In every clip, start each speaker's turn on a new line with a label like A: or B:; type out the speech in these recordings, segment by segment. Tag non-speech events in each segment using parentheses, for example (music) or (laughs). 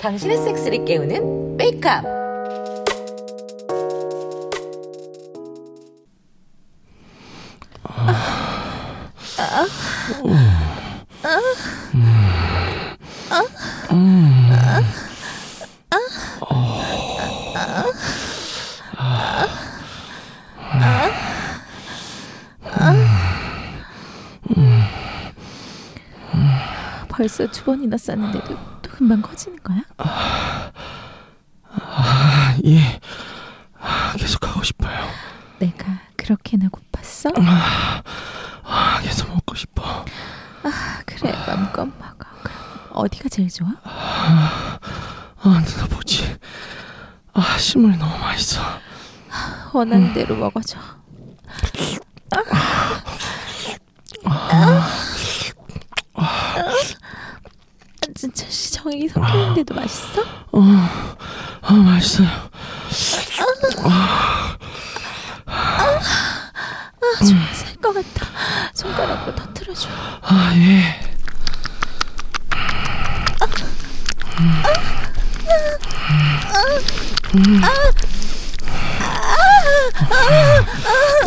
A: 당신의 섹스를 깨우는 메이크업.
B: 벌써 두 번이나 쌌는데도 또 금방 커지는 거야?
C: 아, 예. 아, 계속 하고 싶어요.
B: 내가 그렇게나 고팠어?
C: 아, 계속 먹고 싶어.
B: 아, 그래 맘껏 먹어. 그럼 어디가 제일 좋아?
C: 아, 누나 보지. 아, 식물 너무 맛있어. 아,
B: 원하는
C: 음.
B: 대로 먹어줘. 아, 진짜 시정이 섞이는데도 맛있어?
C: 아, 맛있어요. 음.
B: 살것 같아. 손가락으로 터트려줘.
C: 아, 예.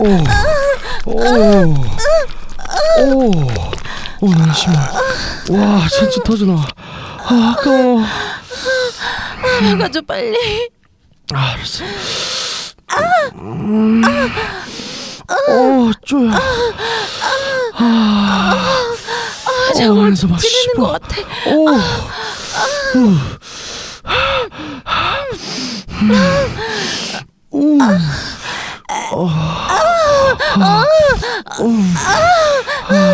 C: 음. 오, 오, 오, 오, 나는 심해. 와, 천천 터져나와. 아, 아까워.
B: 나가줘 빨리.
C: 아, 알았어. 음. 어, 오, 쪼야. 아,
B: 아,
C: 어,
B: 저걸
C: 그래서 막
B: 지르는
C: 씹어.
B: 것 같아.
C: 오. 음. 우.
B: 아,
C: 어.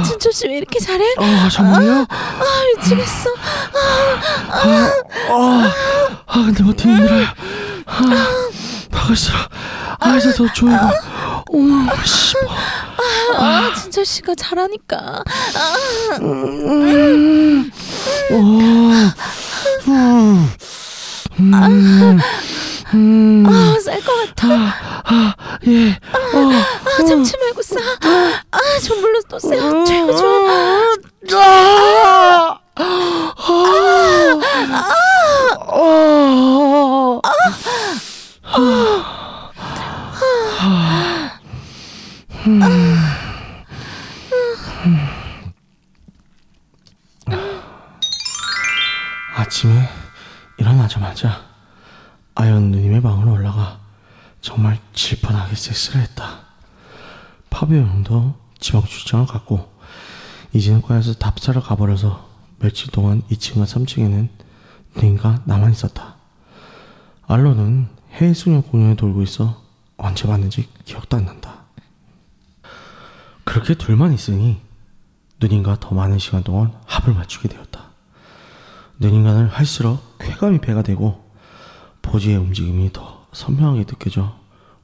B: 진철 씨왜 이렇게 잘해?
C: 아, 정말요?
B: 아, 미치겠어.
C: 아, 아, 근데 어떻게 힘들어요? 아, 박았어. 아, 이제 더 조이고. 어머, 씨. 뭐.
B: 아, 진철 씨가 잘하니까. 아,
C: 음. 오. 음. 음. 음.
B: 아, 쌀것 같아.
C: 아, 아, 예. 어.
B: 아, 참치 말고 싸. 아, 전불로 또 싸.
D: 음.
B: 최고 좋아.
C: 아! 아! 아침에 일어나자마자 아연 누님의 방으로 올라가 정말 질펀하게 섹스를 했다. 파비오 형도 지방 출장을 갔고 이제는 과에서 답사를 가버려서 며칠 동안 2층과 3층에는 닌가 나만 있었다. 알로는 해외 소녀 공연에 돌고 있어 언제 봤는지 기억도 안 난다. 그렇게 둘만 있으니 누님과 더 많은 시간 동안 합을 맞추게 되었다. 누님과는 할수록 쾌감이 배가 되고 보지의 움직임이 더 선명하게 느껴져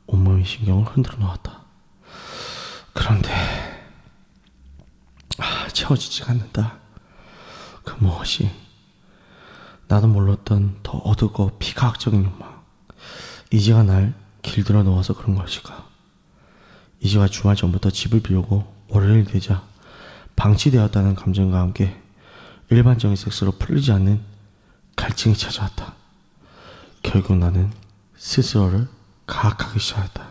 C: 온몸의 신경을 흔들어 놓았다. 그런데 아, 채워지지가 않는다. 그 무엇이 나도 몰랐던 더 어둡고 비과학적인 욕망. 이지가 날 길들여 놓아서 그런 것일까? 이지가 주말 전부터 집을 비우고 월요일 되자 방치되었다는 감정과 함께 일반적인 섹스로 풀리지 않는 갈증이 찾아왔다. 결국 나는 스스로를 가학하기 시작했다.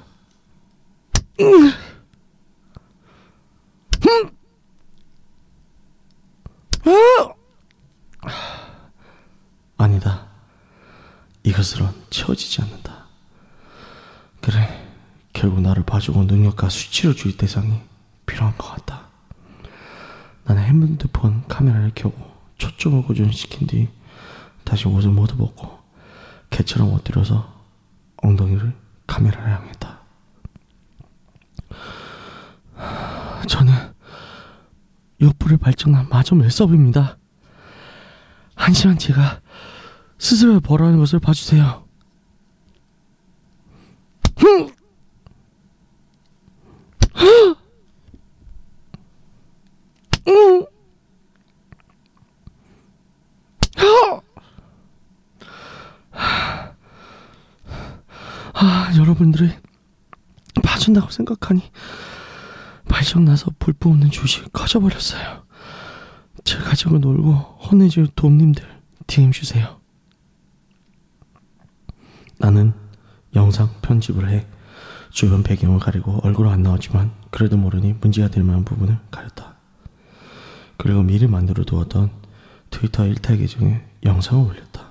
C: 아니다. 이것으론 채워지지 않는다. 그래, 결국 나를 봐주고 능력과 수치를 줄 대상이 필요한 것 같다. 나는 핸드폰 카메라를 켜고 초점을 고정을 시킨 뒤 다시 옷을 모두 벗고 개처럼 엎드려서 엉덩이를 카메라를 향했다. 저는 욕부를 발전한 마저 밀섭입니다. 한심한 제가 스스로의 벌하는 것을 봐주세요. 아, 여러분들이 봐준다고 생각하니 발정 나서 볼품 없는 조식이 커져버렸어요. 제 가지고 놀고 혼내줄 돕님들 DM 주세요. 나는 영상 편집을 해 주변 배경을 가리고 얼굴은 안 나왔지만 그래도 모르니 문제가 될 만한 부분을 가렸다. 그리고 미리 만들어 두었던 트위터 일탈 계정에 영상을 올렸다.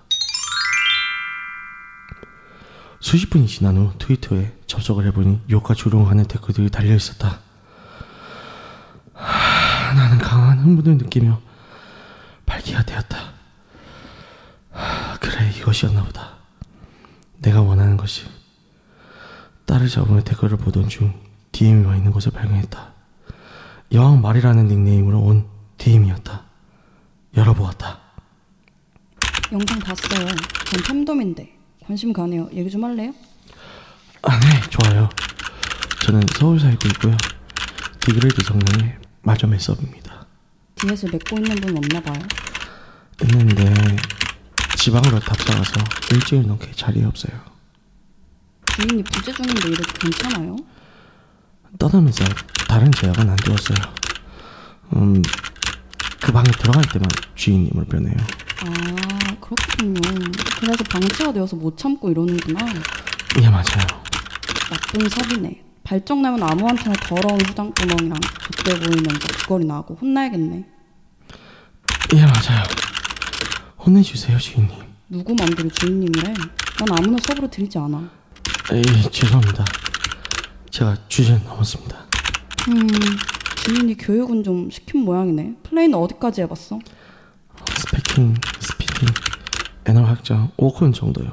C: 수십 분이 지난 후 트위터에 접속을 해보니 욕과 조롱하는 댓글들이 달려 있었다. 하, 나는 강한 흥분을 느끼며 발기가 되었다. 하, 그래 이것이었나 보다. 내가 원하는 것이 딸을 잡으며 댓글을 보던 중 DM이 와 있는 것을 발견했다. 여왕 말이라는 닉네임으로 온 DM이었다. 열어보았다.
E: 영상 봤어요. 전 탐돔인데 관심 가네요. 얘기 좀 할래요?
C: 아, 네, 좋아요. 저는 서울 살고 있고요. 디그레이드 성능의 마점의 서브입니다.
E: 뒤에서 맺고 있는 분 없나 봐요.
C: 있는데 지방으로 답사가서 일주일 넘게 자리에 없어요.
E: 부인이 부재 중인데 이래도 괜찮아요?
C: 떠나면서 다른 제약은 안 두었어요. 음, 그 방에 들어갈 때만 주인님을 변해요.
E: 아 그렇군요. 그래서 방치가 되어서 못 참고 이러는구나.
C: 예, 맞아요.
E: 나쁜 섭이네. 발정 나면 아무한테나 더러운 후장구멍이랑 족대 보이면서 죽거리 나고 혼나야겠네.
C: 예, 맞아요. 혼내주세요, 주인님.
E: 누구 맘대로 주인님이래. 난 아무나 섭으로 들이지 않아. 음,
C: 예, 죄송합니다. 제가 주제는 넘었습니다.
E: 음 주인이 교육은 좀 시킨 모양이네. 플레이는 어디까지 해봤어?
C: 스패킹, 스피킹, 애널 확장, 오콘 정도요.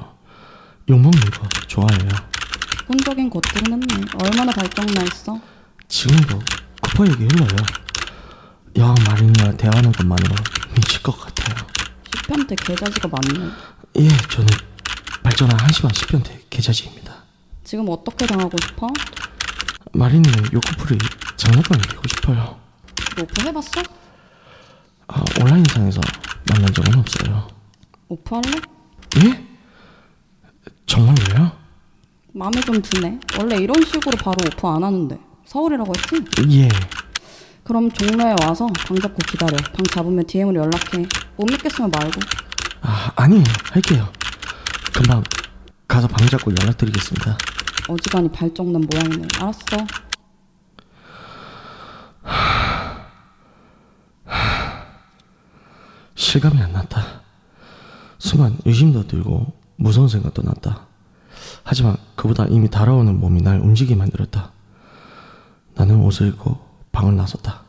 C: 욕먹는 거 좋아해요.
E: 기본적인 것들은 했네. 얼마나 발정나 있어?
C: 지금도 급하게 흘러요. 야, 마린이와 대화하는 것만으로 미칠 것 같아요.
E: 시편때 계좌지가 많네.
C: 예, 저는 발전한 한심한 시편대 계좌지입니다.
E: 지금 어떻게 당하고 싶어?
C: 마린이는 요코풀이 장난감이 되고 싶어요.
E: 너 오프 해봤어?
C: 아, 온라인상에서 만난 적은 없어요.
E: 오프 할래?
C: 예? 정말로요?
E: 마음에 좀 드네. 원래 이런 식으로 바로 오프 안 하는데. 서울이라고 했지?
C: 예.
E: 그럼 종로에 와서 방 잡고 기다려. 방 잡으면 DM으로 연락해. 못 믿겠으면 말고.
C: 아, 아니에요. 할게요. 금방 가서 방 잡고 연락드리겠습니다.
E: 어지간히 발정난 모양이네. 알았어.
C: 실감이 안 났다. 순간 의심도 들고 무서운 생각도 났다. 하지만 그보다 이미 달아오는 몸이 날 움직이게 만들었다. 나는 옷을 입고 방을 나섰다.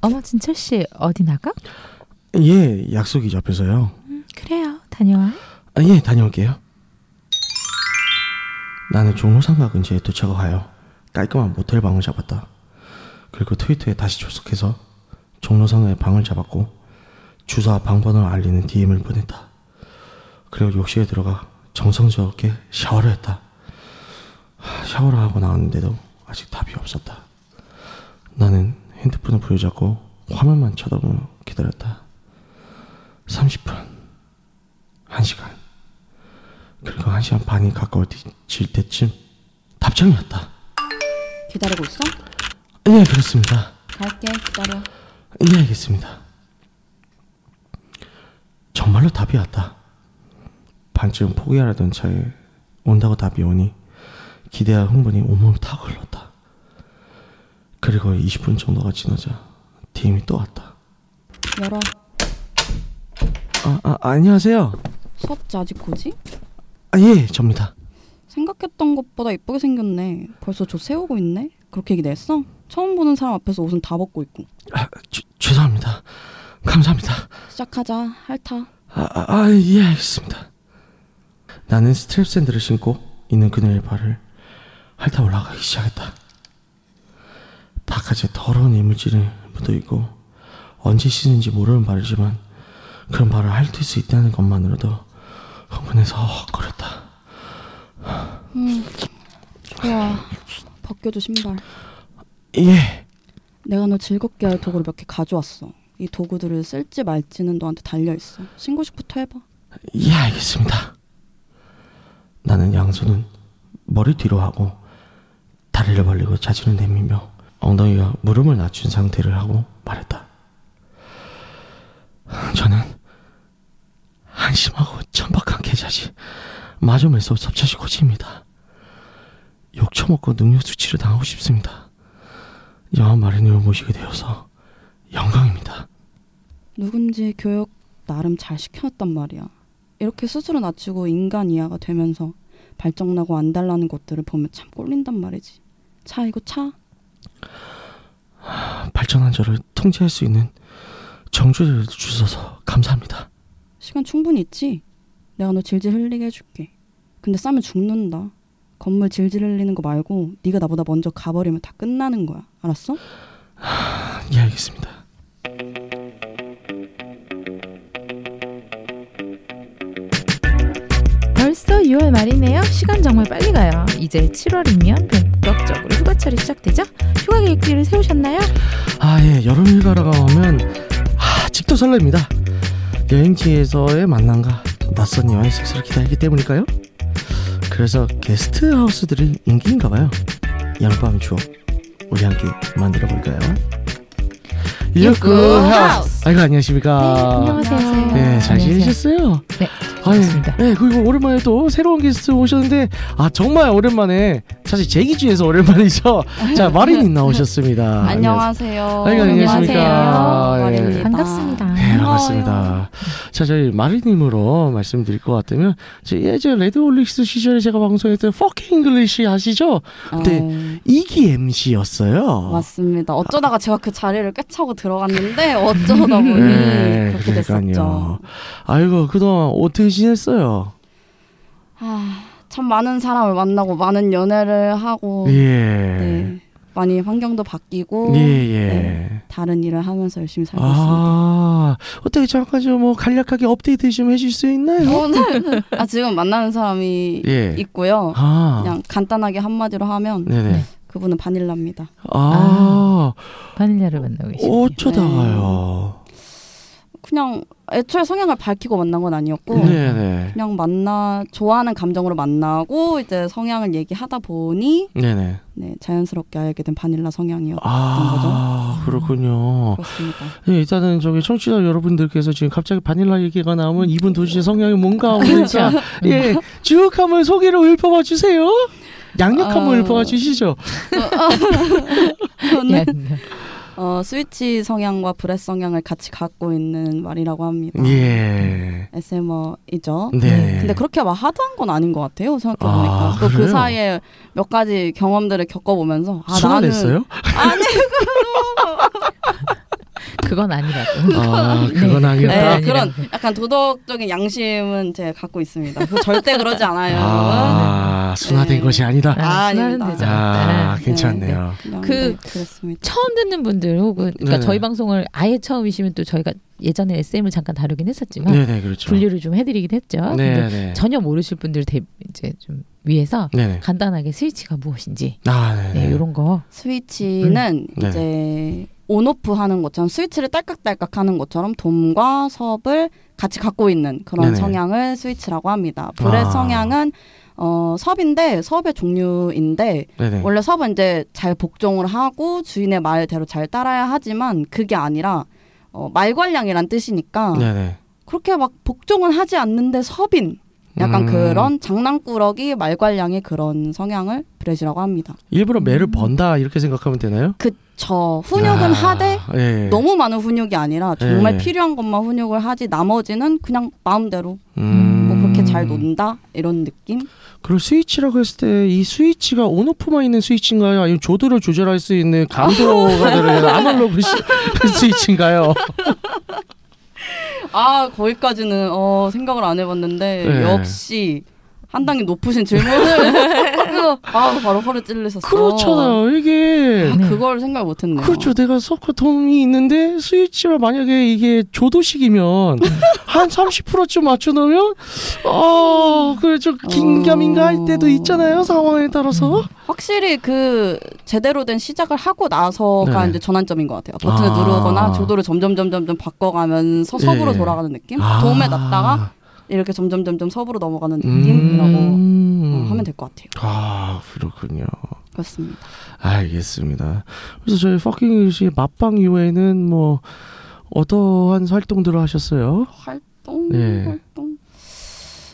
B: 어머 진철 씨 어디 나가?
C: 예, 약속이 잡혀서요.
B: 음, 그래요. 다녀와.
C: 아, 예, 다녀올게요. 나는 종로상가 근처에 도착하여 깔끔한 모텔 방을 잡았다. 그리고 트위터에 다시 접속해서 종로상가에 방을 잡았고 주소와 방번호를 알리는 DM을 보냈다. 그리고 욕실에 들어가 정성스럽게 샤워를 했다. 하, 샤워를 하고 나왔는데도 아직 답이 없었다. 나는 핸드폰을 부여잡고 화면만 쳐다보며 기다렸다. 30분. 한시간 그리고 한시간 반이 가까워질 때쯤 답장이 왔다.
E: 기다리고 있어?
C: 예, 그렇습니다.
E: 갈게. 기다려.
C: 예, 알겠습니다. 정말로 답이 왔다. 반쯤 포기하려던 차에 온다고 답이 오니 기대와 흥분이 온몸을 타고 흘렀다. 그리고 20분 정도가 지나자 DM이 또 왔다.
E: 열어.
C: 아, 아 안녕하세요.
E: 섭 자지코지?
C: 아, 예, 접니다.
E: 생각했던 것보다 이쁘게 생겼네. 벌써 저 세우고 있네. 그렇게 얘기했어? 처음 보는 사람 앞에서 옷은 다 벗고 있고.
C: 아, 죄- 죄송합니다. 감사합니다.
E: 시작하자. 핥아.
C: 아, 아, 아, 예, 알겠습니다. 나는 스트랩 샌들을 신고 있는 그녀의 발을 핥아 올라가기 시작했다. 바깥에 더러운 이물질이 묻어있고 언제 씻는지 모르는 발이지만 그런 발을 핥을 수 있다는 것만으로도 흥분해서 헉거렸다.
E: 좋아. 벗겨줘 신발.
C: 예,
E: 내가 널 즐겁게 할 도구를 몇 개 가져왔어. 이 도구들을 쓸지 말지는 너한테 달려 있어. 신고식부터 해봐.
C: 예, 알겠습니다. 나는 양손은 머리 뒤로 하고 다리를 벌리고 자지를 내밀며 엉덩이가 무릎을 낮춘 상태를 하고 말했다. 저는 한심하고 천박한 계자지 마저멜소 섭차시 코치입니다. 욕 처먹고 능력 수치를 당하고 싶습니다. 영한 마리님을 모시게 되어서 영광입니다.
E: 누군지 교육 나름 잘 시켜놨단 말이야. 이렇게 스스로 낮추고 인간 이하가 되면서 발정나고 안달나는 것들을 보면 참 꼴린단 말이지. 차 이거 차.
C: 발전한 저를 통제할 수 있는 정조를 주셔서 감사합니다.
E: 시간 충분히 있지? 내가 너 질질 흘리게 해줄게. 근데 싸면 죽는다. 건물 질질 흘리는 거 말고 네가 나보다 먼저 가버리면 다 끝나는 거야. 알았어?
C: 예, 알겠습니다.
D: 벌써 6월 말이네요. 시간 정말 빨리 가요. 이제 7월이면 본격적으로 휴가철이 시작되죠. 휴가 계획들을 세우셨나요? 네,
C: 아, 예, 여름휴가라고 하면 아직도 설렙니다. 여행지에서의 만남과 낯선 여행 섹스를 기다리기 때문이니까요. 그래서 게스트하우스들이 인기인가 봐요. 여름밤 추억 우리 함께 만들어 볼까요?
A: 육구하우스.
C: 아이고 안녕하십니까.
D: 안녕하세요.
E: 아,
C: 네, 잘 지내셨어요?
D: 네,
C: 아, 예.
D: 좋습니다.
C: 네, 그리고 오랜만에 또 새로운 게스트 오셨는데 아 정말 오랜만에 사실 제 기준에서 오랜만이죠. 자, 마린님 나오셨습니다.
E: (laughs) 안녕하세요.
C: 아이고, 아, 안녕하십니까. 아, 예.
E: 마린입니다.
B: 아,
D: 반갑습니다.
C: 네, 반갑습니다. 자, 저희 마리님으로 말씀드릴 것 같다면, 저 예전 레드올릭스 시절에 제가 방송했던 퍼킹 글리시 아시죠? 그때
E: 어,
C: 이기 MC였어요.
E: 맞습니다. 어쩌다가 제가 그 자리를 꿰차고
C: (laughs)
E: 들어갔는데 어쩌다 보니
C: 네,
E: 그렇게 됐었죠.
C: 그러니까요. 아이고, 그동안 어떻게 지냈어요?
E: 아, 참 많은 사람을 만나고 많은 연애를 하고
C: 예.
E: 어, 네, 많이 환경도 바뀌고
C: 예, 예.
E: 네. 다른 일을 하면서 열심히 살고 있습니다.
C: 아, 어떻게 잠깐 좀 뭐 간략하게 업데이트 좀 해줄 수 있나요?
E: 오늘 아 지금 만나는 네. 사람이
C: 예.
E: 있고요.
C: 아.
E: 그냥 간단하게 한마디로 하면
C: 네네.
E: 그분은 바닐라입니다.
C: 아,
D: 바닐라를 만나고 계시네요.
C: 어쩌다가요?
E: 그냥 애초에 성향을 밝히고 만난 건 아니었고
C: 네네.
E: 그냥 만나 좋아하는 감정으로 만나고 이제 성향을 얘기하다 보니
C: 네네.
E: 네, 자연스럽게 알게 된 바닐라 성향이었던
C: 아, 그렇군요. (laughs)
E: 그렇습니다.
C: 네, 일단은 저기 청취자 여러분들께서 지금 갑자기 바닐라 얘기가 나오면 이분 도대체 성향이
E: (laughs)
C: 뭔가 오니까
E: 그렇죠.
C: 예, 쭉 한번 소개를 읊어봐 주세요. 양력 한번
E: 어.
C: 읊어봐 주시죠. 네,
E: 저는
D: 예.
E: 어, 스위치 성향과 브레스 성향을 같이 갖고 있는 말이라고 합니다.
C: 예.
E: SM어이죠.
C: 네.
E: 근데 그렇게 막 하드한 건 아닌 것 같아요. 생각해보니까
C: 아,
E: 또 그
C: 그래요?
E: 사이에 몇 가지 경험들을 겪어보면서 아 네.
C: 수가
E: 나는
C: 냈어요? (laughs)
D: 그건 아니라고.
C: 아, 그건 아니었다.
E: 네,
D: 아니라고.
E: 그런 약간 도덕적인 양심은 제가 갖고 있습니다. 그거 절대 그러지 않아요. 여러분.
C: 아, 순화된
E: 네.
C: 것이 아니다.
D: 아, 순화는
E: 아닙니다.
D: 되죠.
C: 아,
D: 네.
C: 괜찮네요.
E: 그냥
D: 그-
E: 네, 그렇습니다.
D: 처음 듣는 분들 혹은 그러니까
C: 네네.
D: 저희 방송을 아예 처음이시면 또 저희가 예전에 SM을 잠깐 다루긴 했었지만
C: 네, 네, 그렇죠.
D: 분류를 좀 해드리긴 했죠. 근데
C: 네, 네.
D: 전혀 모르실 분들 대, 이제 좀 위해서
C: 네, 네.
D: 간단하게 스위치가 무엇인지
C: 아, 네,
D: 네,
C: 네.
D: 이런 거
E: 스위치는
C: 네.
E: 이제 온오프 하는 것처럼 스위치를 딸깍딸깍 하는 것처럼 돔과 섭을 같이 갖고 있는 그런
C: 네네.
E: 성향을 스위치라고 합니다. 불의
C: 아.
E: 성향은 어, 섭인데 섭의 종류인데
C: 네, 네.
E: 원래 섭은 이제 잘 복종을 하고 주인의 말대로 잘 따라야 하지만 그게 아니라 어, 말괄량이란 뜻이니까
C: 네, 네.
E: 그렇게 막 복종은 하지 않는데 섭인 약간
C: 음.
E: 그런 장난꾸러기 말괄량의 그런 성향을 브레시라고 합니다.
C: 일부러 매를 번다 이렇게 생각하면 되나요?
E: 그쵸. 훈육은
C: 아,
E: 하되
C: 예.
E: 너무 많은 훈육이 아니라 정말
C: 예.
E: 필요한 것만 훈육을 하지 나머지는 그냥 마음대로
C: 음.
E: 뭐 그렇게 잘 논다 이런 느낌.
C: 그럼 스위치라고 했을 때 이 스위치가 온오프만 있는 스위치인가요? 아니면 조도를 조절할 수 있는 감도가
E: (laughs)
C: 들어있는 아날로그 시- 스위치인가요?
E: 아 거기까지는 어, 생각을 안 해봤는데
C: 예.
E: 역시 한 단계 높으신 질문을 (laughs) 아 바로 허를 찔리셨어.
C: 그렇잖아요. 이게
E: 아, 그걸 생각 못했네요.
C: 그렇죠. 내가 서커 돔이 있는데 스위치가 만약에 이게
E: (laughs)
C: 조도식이면 한 30%쯤 맞춰놓으면 어 그래 좀 긴가민가 할
E: 어.
C: 때도 있잖아요. 상황에 따라서.
E: 확실히 그 제대로 된 시작을 하고 나서가
C: 네.
E: 이제 전환점인 것 같아요. 버튼을
C: 아.
E: 누르거나 조도를 점점 점점 점 바꿔가면서
C: 예.
E: 섭으로 돌아가는 느낌.
C: 아.
E: 도움에 났다가 이렇게 점점 점점 섭으로 넘어가는
C: 음.
E: 느낌이라고 어, 하면 될 것 같아요.
C: 아 그렇군요.
E: 바꿨습니다.
C: 알겠습니다. 그래서 저희 퍼킹 일시 맛방 이외에는 뭐 어떠한 활동들을 하셨어요?
E: 활동
C: 네.
E: 활동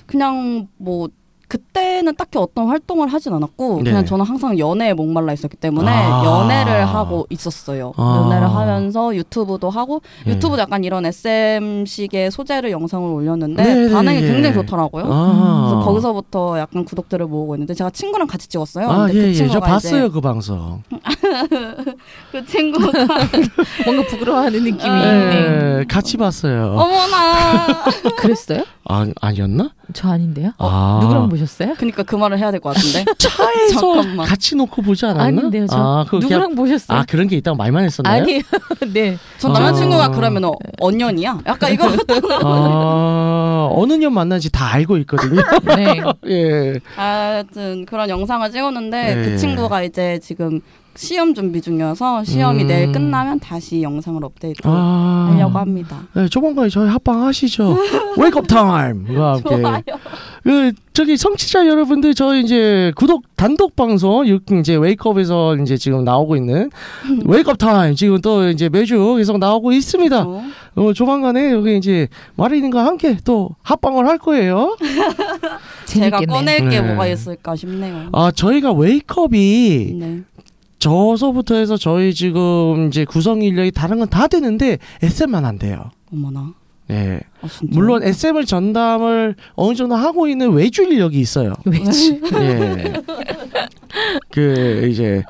E: 그냥 뭐 그때는 딱히 어떤 활동을 하진 않았고
C: 네.
E: 그냥 저는 항상 연애에 목말라 있었기 때문에
C: 아.
E: 연애를 하고 있었어요.
C: 아. 예.
E: 연애를 하면서 유튜브도 하고 유튜브 도 약간 이런 SM식의 소재를 영상을 올렸는데
C: 네,
E: 반응이
C: 네, 예.
E: 굉장히 좋더라고요. 어? 그래서
C: 아.
E: 거기서부터 약간 구독들을 모으고 있는데 제가 친구랑 같이 찍었어요.
C: 아,
E: 근데
C: 예,
E: 그
C: 예. 저
E: 친구가
C: 봤어요, 그 방송.
E: 이제 그 친구가
C: (laughs)
D: 뭔가 부끄러워하는 느낌이
E: 음.
D: 있네.
C: 예, 같이 봤어요.
E: 어머나.
D: 그랬어요?
C: 아, 아니었나?
D: 저 아닌데요?
E: 어,
C: 아.
D: 누구랑 보셨어요?
E: 그러니까 그 말을 해야 될 것 같은데.
C: 차에서
E: (laughs) 잠깐만.
C: 같이 놓고 보지 않았나?
D: 뭐. 아닌데요, 저.
C: 아, 그거 그냥-
D: 누구랑 보셨어요?
C: 아, 그런 게 있다고 말만 했었나요?
D: 아니요. (laughs) 네.
E: 전
C: 아.
E: 남자친구가 그러면 어, 언년이야?
C: (laughs)
E: 약간 이거 (laughs)
C: 아, 어느 년 만난지 다 알고 있거든요.
D: (laughs) 네.
C: (laughs) 예.
E: 하여튼 그런 영상을 찍었는데
C: 예.
E: 그 친구가 이제 지금 시험 준비 중이어서 시험이
C: 음.
E: 내일 끝나면 다시 영상을 업데이트
C: 아.
E: 하려고 합니다.
C: 네, 조만간 저희 합방
D: (laughs)
C: 하시죠. 웨이크업 타임과 함께.
E: 좋아요.
C: 그 저기 청취자 여러분들 저희 이제 구독 단독 방송 유- 이제 웨이크업에서 이제 지금 나오고
D: (laughs)
C: 있는 웨이크업 타임 지금 또 이제 매주 계속 나오고 있습니다.
D: 그렇죠.
E: 어.
C: 어, 조만간에 여기 이제 마린과 함께 또 합방을 할 거예요.
E: 제가
D: 재밌겠네요.
E: 꺼낼
C: 네.
E: 게 뭐가 있을까 싶네요.
C: 아 저희가 웨이크업이
E: 네.
C: 저서부터 해서 저희 지금 이제 구성 인력이 다른 건 다 되는데 SM만 안 돼요.
E: 어머나.
C: 예.
E: 아, 진짜.
C: 물론 SM을 전담을 어느 정도 하고 있는 외주 인력이 있어요.
D: 왜지?
E: (laughs)
C: 예. 그 이제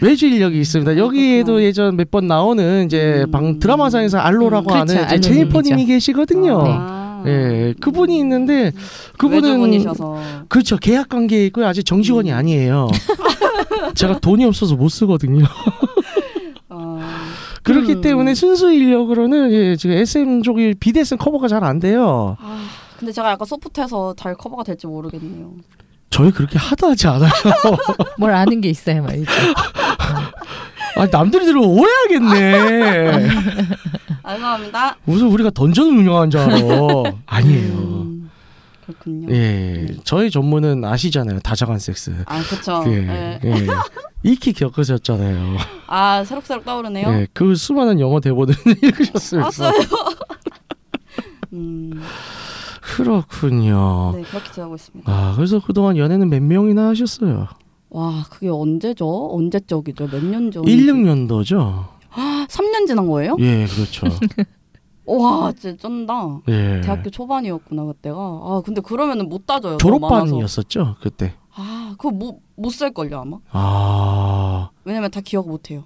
C: 외주 인력이 있습니다. 여기에도
E: 아, 그렇구나.
C: 예전 몇 번 나오는 이제
E: 음.
C: 방 드라마상에서 알로라고
D: 음, 그렇죠.
C: 하는 이제
D: 알로님이죠.
C: 제니퍼님이 계시거든요.
E: 아.
C: 예, 그분이 있는데 그분은
E: 외주분이셔서
C: 그렇죠 계약 관계에 있고 아직 정직원이
E: 음. (laughs)
C: 아니에요. 제가 돈이 없어서 못 쓰거든요.
E: 어,
C: 그렇기
E: 음.
C: 때문에 순수 인력으로는 예, 지금 SM 쪽이 BDS는 커버가 잘 안 돼요.
E: 아, 근데 제가 약간 소프트해서 잘 커버가 될지 모르겠네요.
C: 저희 그렇게 하다 하지 않아요.
E: (laughs)
D: 뭘 아는 게 있어요, 말이죠.
C: 아, 남들이 들으면 오해하겠네.
E: (laughs) 죄송합니다.
C: 무슨 우리가 던전을 운영하는 줄 알아. 아니에요.
E: 음, 그렇군요.
C: 예, 저희 전문은 아시잖아요. 다자간 섹스.
E: 아 그렇죠.
C: 예, 예. 익히 겪으셨잖아요.
E: 아 새록새록 떠오르네요. 아, 네.
C: 예, 그 수많은 영어 대본을 (laughs) 읽으셨으면서.
E: 음,
C: 그렇군요.
E: 네 그렇게 지내고 있습니다.
C: 아, 그래서 그동안 연애는 몇 명이나 하셨어요?
E: 와 그게 언제죠? 언제적이죠? 어? 몇 년 전?
C: 16년도죠?
E: 3년 지난 거예요?
C: 예,
E: (laughs)
C: 그렇죠.
E: 와 진짜 쩐다.
C: 예.
E: 대학교 초반이었구나 그때가. 아 근데 그러면은 못 따져요. 너무 많아서.
C: 졸업반이었었죠, 그때.
E: 아 그거 못못쓸 걸요 아마.
C: 아,
E: 왜냐면 다 기억 못 해요.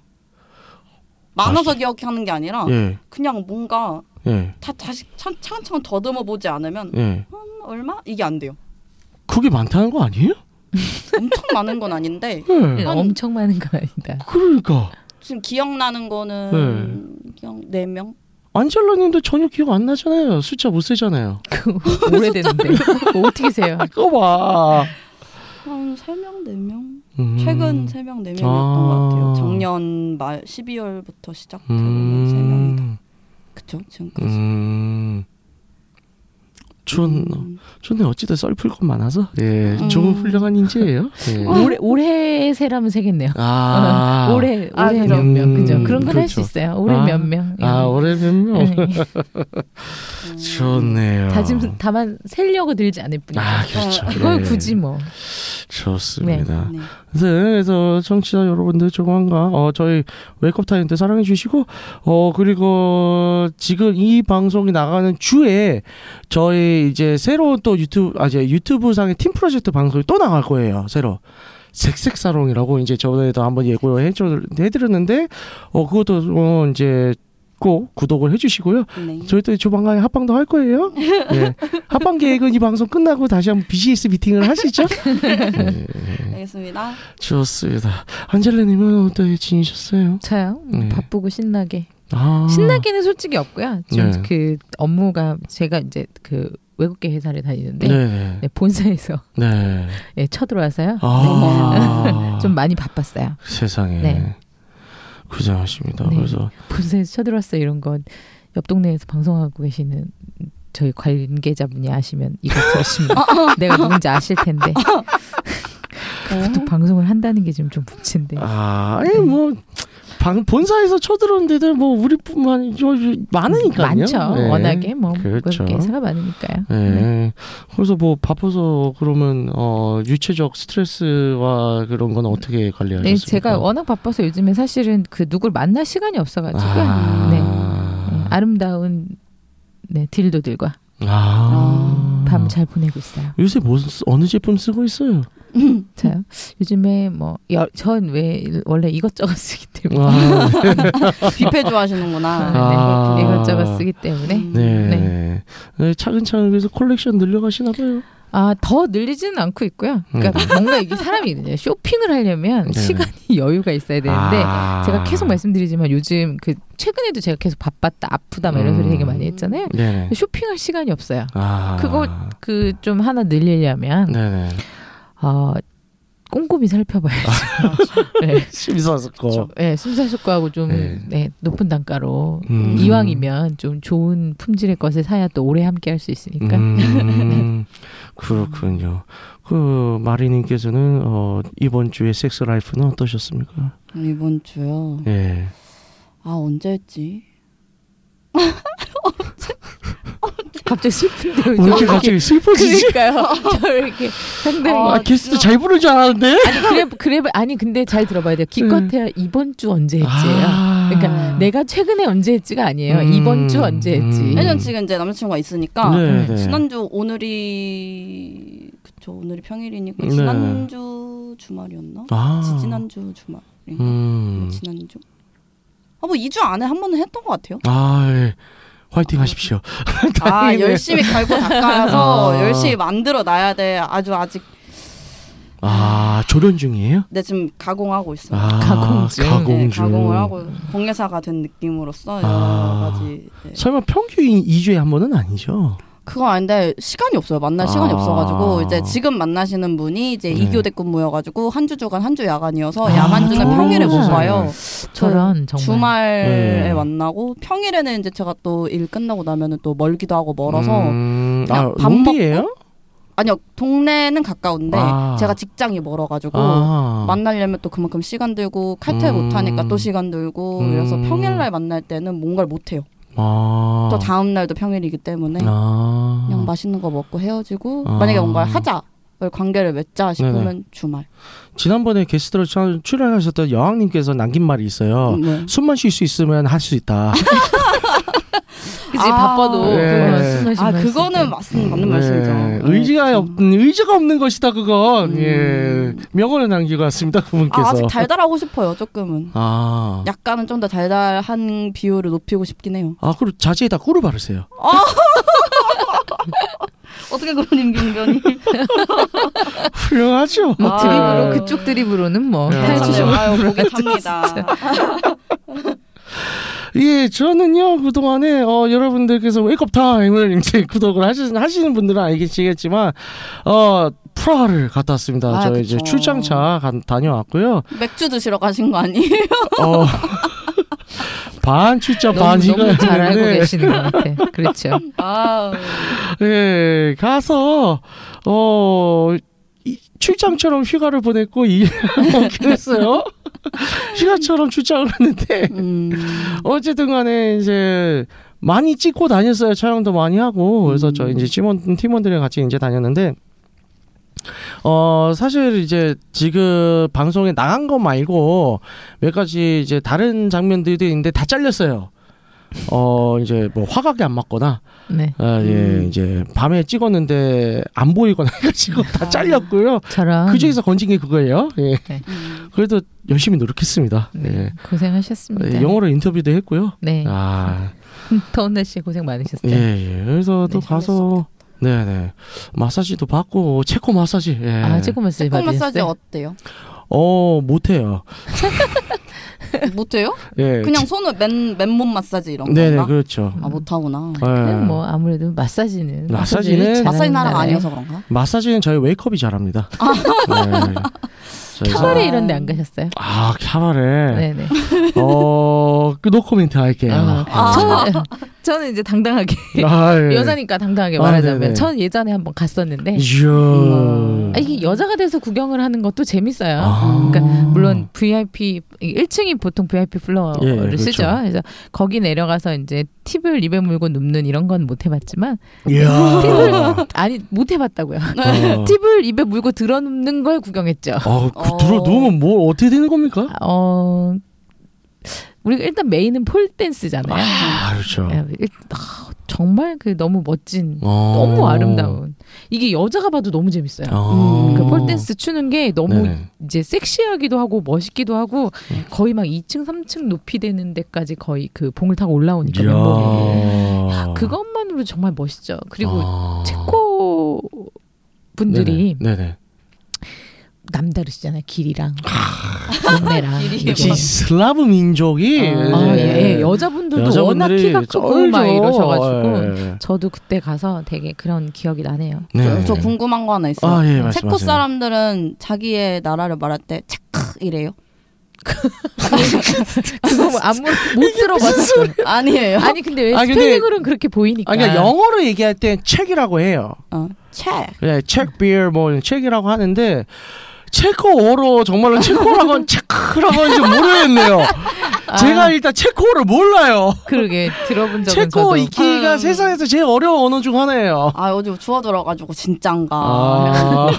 E: 많아서 기억하는 게 아니라
C: 예,
E: 그냥 뭔가
C: 예,
E: 다 다시 차- 차근차근 더듬어 보지 않으면
C: 예.
E: 음, 얼마 이게 안 돼요.
C: 그게 많다는 거 아니에요?
E: 엄청 많은 건 아닌데
C: 예.
D: 엄청 많은 건 아니다.
C: 그러니까.
E: 지금 기억나는 거는 그냥 네 명.
C: 안젤라님도 전혀 기억 안 나잖아요. 숫자 못 쓰잖아요.
D: 그 오래됐는데. 그거 어떻게 세요?
C: 그거 봐.
E: 한 세 명, 네 명.
C: 음.
E: 아. 최근 세 명, 네 명이었던
C: 아.
E: 것 같아요. 작년 말 12월부터 시작해 보면 세 명이다. 그쵸? 지금까지.
C: 음. 전,
E: 음.
C: 전에 어찌다 썰풀 것 많아서 예,
E: 음. 어.
C: 좋은 훌륭한 인재예요. 예.
D: 올해 올해 세라면 세겠네요.
C: 아,
D: 올해 올해
E: 아, 그죠.
D: 몇 명, 그죠?
C: 음,
D: 그런 건 할 수
C: 그렇죠.
D: 있어요. 올해
C: 아,
D: 몇 명. 예.
C: 아 올해 몇 명?
D: 예.
E: 음.
C: 좋네요.
D: 다짐 다만 세려고 들지 않을 뿐.
C: 아 그렇죠.
D: 그걸
C: 예.
D: 굳이 뭐.
C: 좋습니다.
E: 네.
C: 네, 그래서 청취자 여러분들 조만간 어, 저희 웨이크업 타임 때 사랑해 주시고 어 그리고 지금 이 방송이 나가는 주에 저희 이제 새로운 또 유튜브 아 이제 유튜브 상의 팀 프로젝트 방송이 또 나갈 거예요 새로 색색사롱이라고 이제 저번에도 한번 예고해 해드렸는데 어 그것도 어, 이제 꼭 구독을 해주시고요.
E: 네.
C: 저희 또 조만간에 합방도 할 거예요. (laughs) 예. 합방 계획은 이 방송 끝나고 다시 한번 BCS 미팅을 하시죠. 예.
E: 알겠습니다.
C: 좋습니다. 안젤라님은 어떻게 지내셨어요?
D: 저요.
C: 네.
D: 바쁘고 신나게.
C: 아,
D: 신나기는 솔직히 없고요. 좀
C: 네.
D: 그 업무가 제가 이제 그 외국계 회사를 다니는데
C: 네네.
D: 네, 본사에서 (laughs)
C: 네.
D: 예, 쳐들어와서요.
C: 아,
D: 네. (laughs) 좀 많이 바빴어요.
C: 세상에.
D: 네.
C: 고생하십니다.
D: 네.
C: 그래서
D: 본사에서 쳐들어왔어요. 이런 건 옆 동네에서 방송하고 계시는 저희
C: (laughs) 어.
D: 관계자분이 아시면 이거 들으시면 내가 누군지 아실 텐데 또 방송을 한다는 게 지금 좀 문제인데.
C: 아, 아니 뭐 방, 본사에서 쳐들어온 데들 뭐 우리뿐만 저, 저, 많으니까요.
D: 많죠.
C: 네.
D: 워낙에 뭐
C: 그렇죠.
D: 그렇게 회사가 많으니까요.
C: 예.
D: 네.
C: 그래서 뭐 바빠서 그러면 어 유체적 스트레스와 그런 건 어떻게 관리하셨습니까?
D: 네, 제가 워낙 바빠서 요즘에 사실은 그 누굴 만날 시간이 없어가지고요.
C: 아.
D: 네. 네, 아름다운 네 딜도들과
C: 아.
D: 밤 잘 보내고 있어요.
C: 요새 뭐 쓰- 어느 제품 쓰고 있어요?
D: 저요. 요즘에 뭐 뭐전왜 원래 이것저것 쓰기 때문에
C: 아,
D: (laughs)
E: 뷔페 좋아하시는구나.
C: 아.
D: 네, 이것저것 쓰기 때문에
C: 네.
D: 네.
C: 네, 차근차근 그래서 컬렉션 늘려가시나 봐요.
D: 아 더 늘리지는 않고 있고요. 그러니까 뭔가 이게 사람이 있는데 쇼핑을 하려면
C: 네.
D: 시간이 (laughs) 여유가 있어야 되는데
C: 아.
D: 네, 제가 계속 말씀드리지만 요즘 그 최근에도 제가 계속 바빴다 아프다 막 이런
C: 음.
D: 소리 되게 많이 했잖아요.
C: 네네.
D: 쇼핑할 시간이 없어요.
C: 아.
D: 그거- 그 좀 하나 늘리려면 (laughs)
C: 네네.
D: 어, 꼼꼼히 살펴봐야죠.
C: 아,
D: 네.
C: 심사숙고.
D: (laughs) 네, 숨사숙고하고 좀
C: 그렇죠. 네.
D: 네, 높은 단가로
C: 음.
D: 이왕이면 좀 좋은 품질의 것을 사야 또 오래 함께 할 수 있으니까.
E: 그러니까.
C: 음,
E: (laughs)
C: 그렇군요. 그 마리님께서는 어, 이번 주에 섹스 라이프는 어떠셨습니까?
E: 음, 이번 주요.
C: 예.
E: 아 언제였지?
D: 갑자기 (laughs) 슬픈데
C: 왜 이렇게
E: 아,
C: 갑자기 슬퍼지지?
D: 그러니까요. (laughs) 저 이렇게 상당히
C: 아, 게스트 잘 부르지 않았는데?
D: 아니 그래 그래 아니 근데 잘 들어봐야 돼요. 기껏해야 이번 주 언제 했지예요.
C: 아.
D: 그러니까 내가 최근에 언제 했지가 아니에요.
C: 음.
D: 이번 주 언제 했지.
C: 음.
E: 왜냐면 지금 이제 남자친구가 있으니까
C: 네, 네.
E: 아, 지난주 오늘이 그쵸 오늘이 평일이니까
C: 네.
E: 지난주 주말이었나?
C: 아.
E: 지- 지난주 주말인가?
C: 음.
E: 지난주? 아뭐 2주 안에 한 번은 했던 것 같아요.
C: 아, 예. 화이팅 하십시오.
E: 아
C: (laughs) 다행이네요.
E: 열심히 갈고 닦아서
C: 아.
E: 열심히 만들어 놔야 돼. 아주 아직
C: 아, 조련 중이에요?
E: 내 지금 가공하고 있어. 요
C: 아,
D: 가공 중.
C: 가공
E: 네,
C: 중.
E: 가공을 하고 공예사가 된 느낌으로써 여러
C: 아.
E: 가지. 네.
C: 설마 평균 2주에 한 번은 아니죠?
E: 그건 아닌데 시간이 없어요. 만날 시간이
C: 아.
E: 없어가지고 이제 지금 만나시는 분이 이제
C: 네.
E: 이교대급 모여가지고 한 주 주간 한 주 야간이어서
C: 아,
E: 야간 중에
D: 정말.
E: 평일에 못 봐요.
D: 저런 정말
E: 주말에
C: 네.
E: 만나고 평일에는 이제 제가 또 일 끝나고 나면은 또 멀기도 하고 멀어서
C: 음, 아,
E: 그냥 밥
C: 롬비예요?
E: 아니요 동네는 가까운데
C: 아.
E: 제가 직장이 멀어가지고
C: 아.
E: 만나려면 또 그만큼 시간 들고 칼퇴
C: 음.
E: 못하니까 또 시간 들고
C: 음.
E: 그래서 평일날 만날 때는 뭔가를 못해요.
C: 아.
E: 또 네. 다음 날도 평일이기 때문에
C: 아.
E: 그냥 맛있는 거 먹고 헤어지고
C: 아.
E: 만약에 뭔가를 하자. 관계를 맺자 싶으면
C: 네네.
E: 주말.
C: 지난번에 게스트로 참- 출연하셨던 여왕님께서 남긴 말이 있어요.
E: 음, 네.
C: 숨만 쉴 수 있으면 할 수
E: (laughs)
C: 있다.
D: 그지
E: 아.
D: 바빠도
C: 네.
D: 그거는 숨을
E: 아
D: 쉬면서
E: 그거는
D: 일단.
E: 맞는 맞는
C: 네.
E: 말씀이죠. 네.
C: 의지가 없는 의지가 없는 것이다 그건.
E: 음.
C: 예. 명언을 남기고 왔습니다
E: 아,
C: 그분께서.
E: 아직 달달하고 싶어요. 조금은.
C: 아.
E: 약간은 좀 더 달달한 비율을 높이고 싶긴 해요.
C: 아, 그리고 자지에다 꿀을 바르세요.
E: 아. 어떻게 그런 임기응변이?
C: 훌륭하죠.
D: 뭐
E: 아.
D: 드립으로 그쪽 드립으로는 뭐
C: 네.
D: 탈출
C: 탈주죠.
E: (laughs) 아유 (laughs) 보기 탑니다.
C: 예, 저는요, 그동안에, 어, 여러분들께서 웨이크업 타임을 (laughs) 이제 구독을 하시, 하시는 분들은 알겠지만, 어, 프라하를 갔다 왔습니다.
E: 아,
C: 저
E: 그쵸.
C: 이제 출장차 간- 다녀왔고요.
E: 맥주 드시러 가신 거 아니에요?
C: 어, (laughs) 반 출장, 반
D: 너무,
C: 시간.
D: 너무 잘 알고 계시는 것 같아. 그렇죠.
E: 아,
C: 예, 가서, 어, 이- 출장처럼 휴가를 보냈고, 이, (laughs) 그랬어요. 휴가처럼 출장을 했는데,
E: 음,
C: 어쨌든 간에 이제 많이 찍고 다녔어요. 촬영도 많이 하고. 그래서 저 이제 팀원, 팀원들이랑 같이 이제 다녔는데, 어, 사실 이제 지금 방송에 나간 거 말고 몇 가지 이제 다른 장면들도 있는데 다 잘렸어요. 어, 이제 뭐 화각이 안 맞거나,
D: 네.
C: 아, 예, 이제 밤에 찍었는데 안 보이거나 (laughs)
D: 아.
C: 해가지고 다 잘렸고요.
D: 저런
C: 그 중에서 건진 게 그거예요. 예.
E: 음.
C: 그래도 열심히 노력했습니다.
D: 네. 고생하셨습니다.
C: 예. 영어로 인터뷰도 했고요.
D: 네. (laughs)
C: 아,
D: 더운 날씨에 고생 많으셨어요.
C: 예, 예. 그래서 또
E: 네,
C: 가서 네, 네. 마사지도 받고 체코 마사지. 예.
D: 아, 조금 마사지
E: 콩 마사지
D: 받으셨어요?
E: 어때요?
C: 어, 못 해요.
E: 못해요?
C: 예.
E: 그냥 손을 맨 맨몸 마사지 이런
C: 네, 네,
E: 건가?
C: 그렇죠.
E: 아 못하구나.
C: 예.
D: 그냥 뭐 아무래도 마사지는
C: 마사지는
D: 마사지를 잘하는
E: 마사지 나라가
D: 나라예요.
E: 아니어서 그런가?
C: 마사지는 저희 웨이크업이 잘합니다.
D: 아.
C: 네. 저희
D: (laughs) 카바레
E: 아.
D: 이런 데 안 가셨어요?
C: 아, 카바레.
D: 네네.
C: 어, 그 노코멘트 할게요. 예.
D: 아, 저는 (laughs) 저는 이제 당당하게
C: 아, 예.
D: 여자니까 당당하게
C: 아,
D: 말하자면
C: 네네.
D: 전 예전에 한번 갔었는데
C: 이야.
D: 아, 이게 여자가 돼서 구경을 하는 것도 재밌어요.
C: 아.
D: 그러니까 물론 VIP 1층이 보통 VIP 플로어를
C: 예, 그렇죠.
D: 쓰죠. 그래서 거기 내려가서 이제 팁을 입에 물고 눕는 이런 건 못 해봤지만
C: 이야.
D: 아니 못 해봤다고요. (laughs)
C: 어.
D: 팁을 입에 물고 들어 눕는 걸 구경했죠.
C: 아, 그 들어 누우면 뭐 어떻게 되는 겁니까?
D: 어 우리가 일단 메인은 폴 댄스잖아요.
C: 아, 그렇죠.
D: 야, 일- 아, 정말 그 너무 멋진
C: 어.
D: 너무 아름다운 이게 여자가 봐도 너무 재밌어요.
C: 어.
D: 그폴 댄스 추는 게 너무
C: 네네.
D: 이제 섹시하기도 하고 멋있기도 하고
C: 네.
D: 거의 막 2층 3층 높이 되는 데까지 거의 그 봉을 타고 올라오니까
C: 이야.
D: 멤버들이 아, 그것만으로 정말 멋있죠. 그리고
C: 아.
D: 체코 분들이
C: 네네. 네네.
D: 남다르시잖아요. 길이랑
C: 아.
D: 몸매랑 이게
C: 역시
D: 막-
C: 슬라브 민족이 네.
D: 아, 예. 여자분들도 워낙
C: 여자분들이
D: 키가 크고 막
C: 쩔죠.
D: 이러셔가지고
C: 예.
D: 저도 그때 가서 되게 그런 기억이 나네요.
C: (laughs) 네.
E: 저 궁금한 거 하나 있어요.
C: 아, 예, 말씀하세요.
E: 체코 사람들은 자기의 나라를 말할 때 체크 이래요. (laughs)
D: 그거 뭐 아무 못 들어봤어.
E: 아니에요.
D: 아니 근데 왜
C: 아, 근데-
D: 스페인어로는 그렇게 보이니까.
C: 아, 그러니까 영어로 얘기할 땐 책이라고 해요.
E: 어, 체크.
C: 네, 책 비어 뭐 책이라고 하는데 체코어로 정말로
D: (laughs)
C: 체코라고 한- 체크라고 하는지 모르겠네요. 제가 일단 체코어를 몰라요.
D: 아, 그러게 들어본 적은
C: 체코어
D: 저도.
C: 익히기가
E: 음.
C: 세상에서 제일 어려운 언어 중 하나예요.
E: 아 요즘 주워들어가지고 진짠가.
C: 아,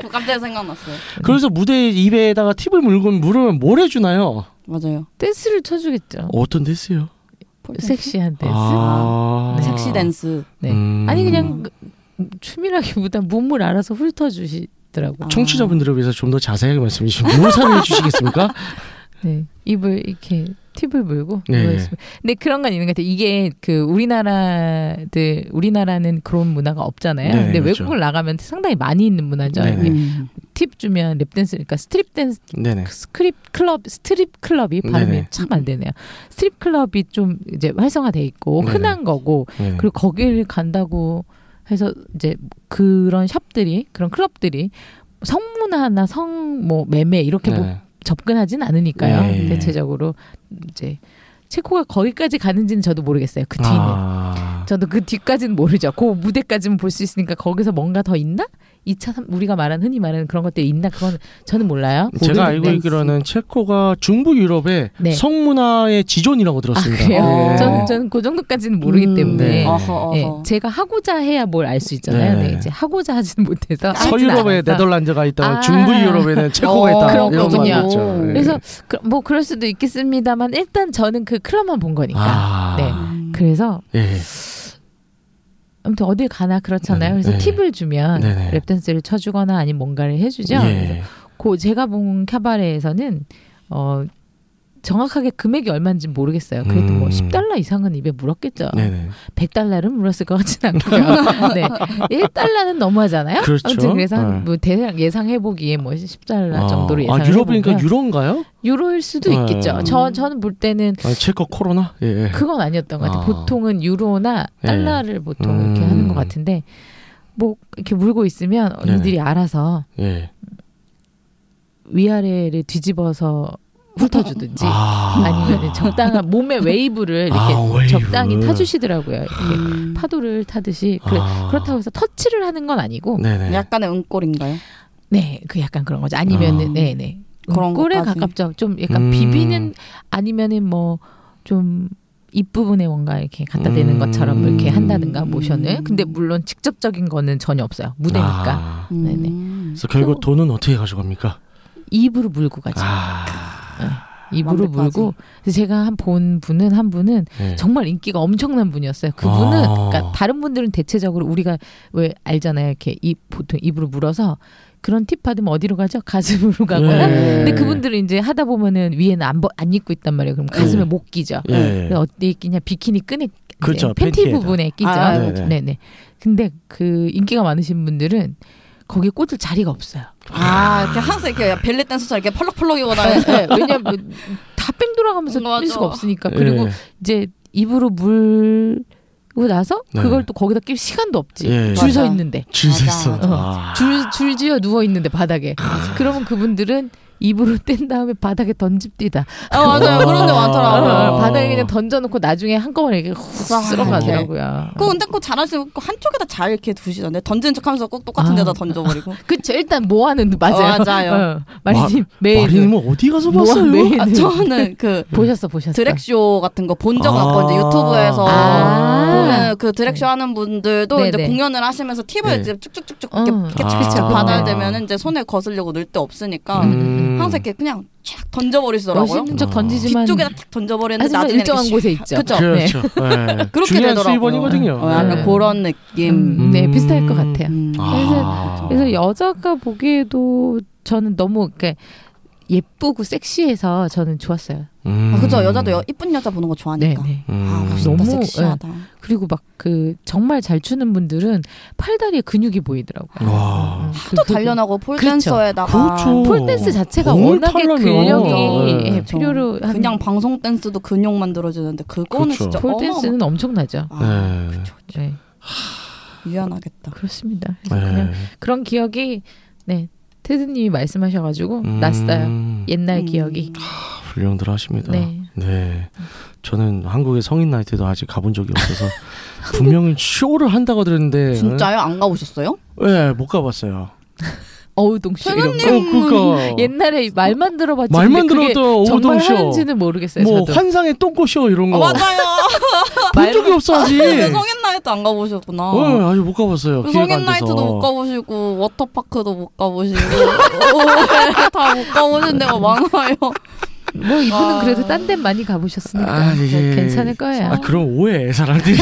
E: 그 갑자기 생각났어요.
C: 그래서 무대 입에다가 팁을 물고 물으면 뭘 해주나요?
E: 맞아요.
D: 댄스를 쳐주겠죠.
C: 어떤 데스요?
D: 섹시한 댄스.
C: 아,
E: 섹시 댄스.
D: 네.
C: 음.
D: 아니 그냥 그- 춤이라기보다 몸을 알아서 훑어주시더라고. 요
C: 청취자분들을 위해서 좀 더 자세하게 말씀해 주시면 묘사를 해주시겠습니까?
D: 네. 입을 이렇게 팁을 물고.
C: 네.
D: 누워있으면. 근데 그런 건 있는 것 같아. 요 이게 그 우리나라들 우리나라는 그런 문화가 없잖아요.
C: 네,
D: 근데
C: 그렇죠.
D: 외국을 나가면 상당히 많이 있는 문화죠.
C: 네, 네.
D: 이게
E: 음.
D: 팁 주면 랩 댄스, 그러니까 스트립 댄스
C: 네네.
D: 스크립 클럽 스트립 클럽이 발음이
C: 네네.
D: 참 안 되네요. 스트립 클럽이 좀 이제 활성화돼 있고
C: 네네.
D: 흔한 거고
C: 네네.
D: 그리고 거기를 간다고 해서 이제 그런 샵들이 그런 클럽들이 성문화나 성 뭐 매매 이렇게 뭐
C: 네네.
D: 접근하진 않으니까요.
C: 네.
D: 대체적으로 이제 체코가 거기까지 가는지는 저도 모르겠어요. 그 뒤는
C: 아.
D: 저도 그 뒤까지는 모르죠. 그 무대까지는 볼 수 있으니까 거기서 뭔가 더 있나? 2차 삼 우리가 말하는 흔히 말하는 그런 것들이 있나? 그건 저는 몰라요.
C: 제가 알고
D: 모르는데.
C: 있기로는 체코가 중부 유럽의
D: 네.
C: 성문화의 지존이라고 들었습니다.
D: 아, 그래요?
E: 네.
D: 저는 저는 그 정도까지는 모르기
E: 음,
D: 때문에
C: 네. 어.
E: 어허 어허.
D: 예, 제가 하고자 해야 뭘 알 수 있잖아요.
C: 네.
D: 근데 이제 하고자 하지는 못해서 알진
C: 서유럽에
D: 않아서.
C: 네덜란드가 있다면
D: 아.
C: 중부 유럽에는 체코가
E: 어,
C: 있다. 이런
D: 그렇군요.
C: 말이 있죠. 네.
D: 그래서 그, 뭐 그럴 수도 있겠습니다만 일단 저는 그 클럽만 본 거니까.
C: 아.
D: 네. 그래서
C: 예.
D: 아무튼 어딜 가나 그렇잖아요.
C: 네네.
D: 그래서
C: 네.
D: 팁을 주면
C: 네네.
D: 랩댄스를 쳐주거나 아니면 뭔가를 해주죠. 그래서
C: 예.
D: 고 제가 본 카바레에서는 어 정확하게 금액이 얼마인지 모르겠어요. 그래도 뭐
C: 음.
D: 10달러 이상은 입에 물었겠죠.
C: 네네.
D: 100달러는 물었을 것 같진 않고요. (laughs) 네. 1달러는 너무하잖아요.
C: 그렇죠.
D: 아무튼 그래서 한
C: 네.
D: 뭐 대략 예상해 보기에 뭐 10달러
C: 아.
D: 정도로 예상해
C: 아, 유럽이니까
D: 보면
C: 유로인가요?
D: 유로일 수도
C: 네.
D: 있겠죠. 저 저는 볼 때는 (laughs)
C: 아, 체코 코로나? 예, 예.
D: 그건 아니었던 것 같아요.
C: 아.
D: 보통은 유로나
C: 네.
D: 달러를 보통 이렇게
C: 음.
D: 하는 것 같은데 뭐 이렇게 물고 있으면
C: 네.
D: 언니들이 알아서
C: 예.
D: 위아래를 뒤집어서 훑어주든지
C: 아.
D: 아니면 적당한 몸의 웨이브를 이렇게
C: 아, 웨이브.
D: 적당히 타주시더라고요. 이렇게
E: 음.
D: 파도를 타듯이 그래,
C: 아.
D: 그렇다고 해서 터치를 하는 건 아니고
C: 네네.
E: 약간의 은꼴인가요?
D: 네, 그 약간 그런 거죠. 아니면은
C: 어.
D: 네네
E: 그런
D: 꼴에
E: 것까지?
D: 가깝죠. 좀 약간
C: 음.
D: 비비는 아니면은 뭐 좀 입부분에 뭔가 이렇게 갖다 대는
C: 음.
D: 것처럼 이렇게 한다든가 모션을. 근데 물론 직접적인 거는 전혀 없어요. 무대니까
C: 아.
D: 네네.
E: 음.
C: 그래서 결국 돈은 어떻게 가져갑니까?
D: 입으로 물고 가죠.
C: 아.
D: 입으로
E: 완벽하지.
D: 물고. 그래서 제가 한 본 분은 한 분은
C: 네.
D: 예. 정말 인기가 엄청난 분이었어요. 그분은
C: 아.
D: 그러니까 다른 분들은 대체적으로 우리가 왜 알잖아요. 이렇게 입 보통 입으로 물어서 그런 팁 받으면 어디로 가죠? (laughs) 가슴으로 가거나.
C: 네.
D: 근데 그분들은 이제 하다 보면은 위에는 안, 벗- 안 입고 있단 말이에요. 그럼 가슴에
C: 네.
D: 못 끼죠.
C: 예.
D: 그래서 어디 끼냐? 비키니 끈에 네,
C: 그렇죠.
D: 팬티
C: 팬티에다.
D: 부분에 끼죠.
E: 아,
C: 네, 네.
D: 네네. 근데 그 인기가 많으신 분들은 거기에 꽂을 자리가 없어요.
E: 아 이렇게 항상 이렇게 벨레 댄스처럼 이렇게 펄럭펄럭이거나
D: 네, 왜냐면 다 뺑 돌아가면서
E: 맞아.
D: 뚫릴 수가 없으니까. 그러니까 그리고
C: 예.
D: 이제 입으로 물고 나서
C: 네.
D: 그걸 또 거기다 낄 시간도 없지.
C: 예.
D: 줄 서
E: 맞아.
D: 있는데.
C: 줄
E: 맞아.
C: 섰어. 아.
D: 어. 줄, 줄지어 누워 있는데 바닥에. 그러면 그분들은 입으로 (laughs) 뗀 다음에 바닥에 던집디다.
E: 어,
B: 아 맞아요. 그런 데 많더라고요.
C: 아.
D: 어, 바닥에 그냥 던져놓고 나중에 한꺼번에 이게 훅
E: 아,
D: 쓸어가더라고요.
E: 그거 근데 그거 잘하시고 그 한쪽에다 잘 이렇게 두시던데 던지는 척하면서 꼭 똑같은
D: 아.
E: 데다 던져버리고
D: 그쵸 일단 모아는 맞아요.
E: 어, 맞아요.
D: (laughs) 어, 마리님 메인
C: 마리님 어디 가서
D: 그 뭐야,
C: 봤어요?
D: 매일.
E: 아, 저는 그
D: (laughs) 보셨어 보셨어.
E: 드렉쇼 같은 거 본 적
C: 아.
E: 없고 이제 유튜브에서
D: 아.
E: 보면 그 드렉쇼 하는 분들도
D: 네,
E: 이제
D: 네.
E: 공연을 하시면서 팁을
C: 네.
E: 이제 쭉쭉쭉쭉
D: 어,
E: 이렇게
C: 아.
E: 캐치캐치 받아야 되면 이제 손에 거슬려고 넣을 데
D: 어.
E: 없으니까
C: 음.
E: 항상 이렇게 그냥 쫙 던져버리시더라고요.
D: 멋있는 척
C: 어.
D: 던지지만
E: 뒤쪽에다 탁 던져버리는데
D: 하지만
E: 나중에
D: 일정한
E: 이렇게
D: 곳에 있죠.
E: 그쵸?
D: 네.
C: 그렇죠.
D: (laughs)
C: 네.
E: 그렇게
C: 중요한
E: 되더라고요.
C: 수입원이거든요. 예.
E: 어, 약간
D: 네.
E: 그런 느낌.
D: 음,
C: 음.
D: 네 비슷할 것 같아요.
E: 음.
C: 아.
D: 그래서 여자가 보기에도 저는 너무 이렇게 예쁘고 섹시해서 저는 좋았어요.
C: 음.
E: 아, 그죠 여자도 여, 이쁜 여자 보는 거 좋아하니까.
D: 네, 네.
C: 음.
E: 아 멋있다
D: 너무, 예.
E: 섹시하다.
D: 그리고 막 그 정말 잘 추는 분들은 팔다리에 근육이 보이더라고요. 음,
C: 와.
E: 또
D: 그렇죠.
E: 단련하고 폴댄서에다가
C: 그렇죠.
D: 폴댄스 자체가
C: 몸을
D: 워낙에
C: 타려면.
D: 근력이
C: 네.
D: 예, 필요로 한
E: 그렇죠. 그냥 방송 댄스도 근육 만들어지는데 그거는
C: 그렇죠.
E: 진짜
D: 폴댄스는 엄청나죠.
E: 어마어마. 아,
C: 네.
D: 네,
E: 유연하겠다.
D: 그렇습니다. 그래서 그냥
C: 네.
D: 그런 기억이 네 테드님이 말씀하셔가지고
C: 음. 아,
D: 났어요. 옛날
E: 음.
D: 기억이.
C: 훌륭들 하십니다.
D: 네.
C: 네. 저는 한국의 성인 나이트도 아직 가본 적이 없어서 분명히 쇼를 한다고 들었는데
E: 진짜요? 안 가보셨어요?
C: 예, 네, 못 가봤어요.
D: 어우동쇼 이런 거.
C: 그니까
D: (laughs) 옛날에 말만 들어봤지.
C: 말만
D: 근데 그게
C: 들어도
D: 정말
C: 오동쇼,
D: 하는지는 모르겠어요.
C: 뭐
D: 저도.
C: 환상의 똥꼬쇼 이런
E: 아,
C: 거 본
E: 맞아요.
C: (laughs) 적이 없어 아직.
E: 근데 성인 나이트 안 가보셨구나.
C: 예, 아직 못 가봤어요.
E: 그
C: 기회가
E: 성인
C: 안 돼서.
E: 나이트도 못 가보시고 워터파크도 못 가보시고 (laughs) 다 못 가보신 데가 많아요.
D: 뭐 이분은
E: 아.
D: 그래도 딴 데 많이 가보셨으니까
C: 아,
D: 뭐
C: 이게-
D: 괜찮을 거예요.
C: 아, 그럼 오해 사람들이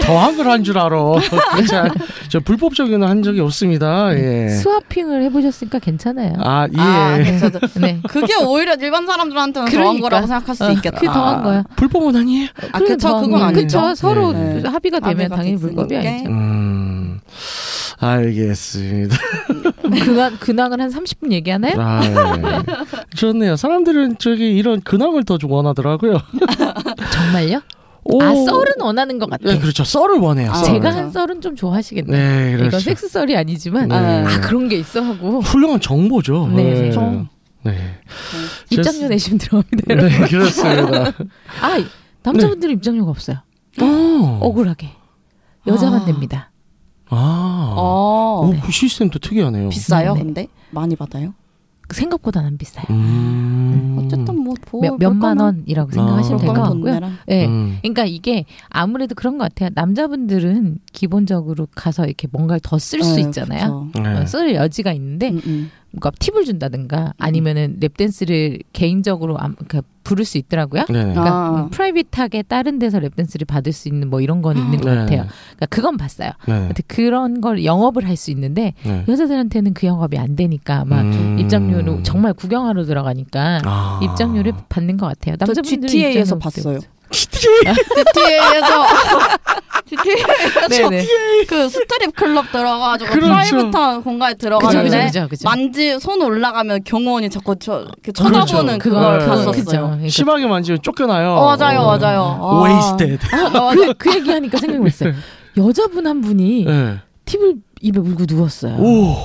C: 더 한글 한 줄 알아. (laughs) 자, 저 불법적인 한 적이 없습니다. 예.
D: 스와핑을 해보셨으니까 괜찮아요.
C: 아 예.
E: 네. 아, 그래서
D: 네.
E: 그게 오히려 일반 사람들한테는 더한
D: 그러니까.
E: 거라고 생각할 (laughs) 수
D: 어,
E: 있겠다.
D: 그게 더한 거야.
C: 불법은 아니에요.
E: 아, 그쵸, 그건
D: 뭐,
E: 아니죠.
D: 그쵸, 서로
E: 네.
D: 합의가 되면
E: 합의가
D: 당연히
E: 됐으니까.
D: 불법이 아니죠.
C: 음, 알겠습니다.
D: 뭐 근황, 근황을 한 30분 얘기하나요?
C: 아, 예. 좋네요. 사람들은 저기 이런 근황을 더 원하더라고요.
E: 네.
D: 정말요?
C: 오.
D: 아, 썰은 원하는 것 같아요.
C: 네, 그렇죠. 썰을 원해요.
E: 아,
C: 썰을.
D: 제가
E: 맞아요.
D: 한 썰은 좀 좋아하시겠네요.
C: 네, 그렇죠.
D: 이건 섹스 썰이 아니지만
C: 네.
D: 아 그런 게 있어
E: (laughs)
D: 하고
C: 훌륭한 정보죠.
D: 네,
C: 네.
E: 그렇죠.
C: 네.
D: 입장료 내시면 들어갑니다. 여러분.
C: 네, 그렇습니다.
D: 아 남자분들은
E: 네.
D: 입장료가 없어요.
C: 어.
D: 억울하게 여자만
E: 음. 아.
D: 냅니다.
C: 아.
E: 어,
D: 음.
C: 오, 그 시스템도 특이하네요.
E: 비싸요?
D: 네.
E: 근데 많이 받아요?
D: 그 생각보다는 안 비싸요.
C: 음.
E: 어쨌든 뭐
D: 몇- 몇만 원이라고
E: 아.
D: 생각하시면 될 것
C: 그럴 거면
D: 같고요. 네.
C: 음.
D: 그러니까 이게 아무래도 그런 것 같아요. 남자분들은 기본적으로 가서 이렇게 뭔가를 더 쓸
E: 네,
D: 수 있잖아요. 어,
C: 네.
D: 쓸 여지가 있는데
E: 음.
D: 뭔가 팁을 준다든가 아니면은 랩댄스를 개인적으로 암- 그러니까 부를 수 있더라고요.
C: 네. 네.
D: 그러니까
E: 아.
D: 뭐 프라이빗하게 다른 데서 랩댄스를 받을 수 있는 뭐 이런 건 있는 것
C: 네.
D: 같아요. 그러니까 그건 봤어요.
C: 네.
D: 근데 그런 걸 영업을 할 수 있는데
C: 네.
D: 여자들한테는 그 영업이 안 되니까 아마
C: 음.
D: 입장료로 정말 구경하러 들어가니까
C: 아.
D: 입장료를 받는 것 같아요.
E: 저
D: 남자분들은
E: GTA에서
D: 입장료
E: 봤어요.
D: 없대요.
E: GTA에서 (laughs) GTA에서
D: (laughs) 네네.
E: 그 스트립 클럽 들어가가지고
C: 그렇죠.
E: 프라이빗한 공간에
D: 그죠 그죠
E: 들어가는데
D: 그죠 그죠.
E: 만지 손 올라가면 경호원이 자꾸 저 이렇게
D: 그렇죠.
E: 쳐다보는 그걸
D: 그거,
E: 봤었어요.
D: 그죠. 음. 그러니까
C: 심하게 만지면 쫓겨나요.
E: 어, 맞아요, 맞아요. 아.
C: Wasted.
E: 아, 맞아.
D: 그, 그 얘기하니까 생각났어요. 여자분 한 분이
C: 네.
D: 팁을 입에 물고 누웠어요.
C: 오.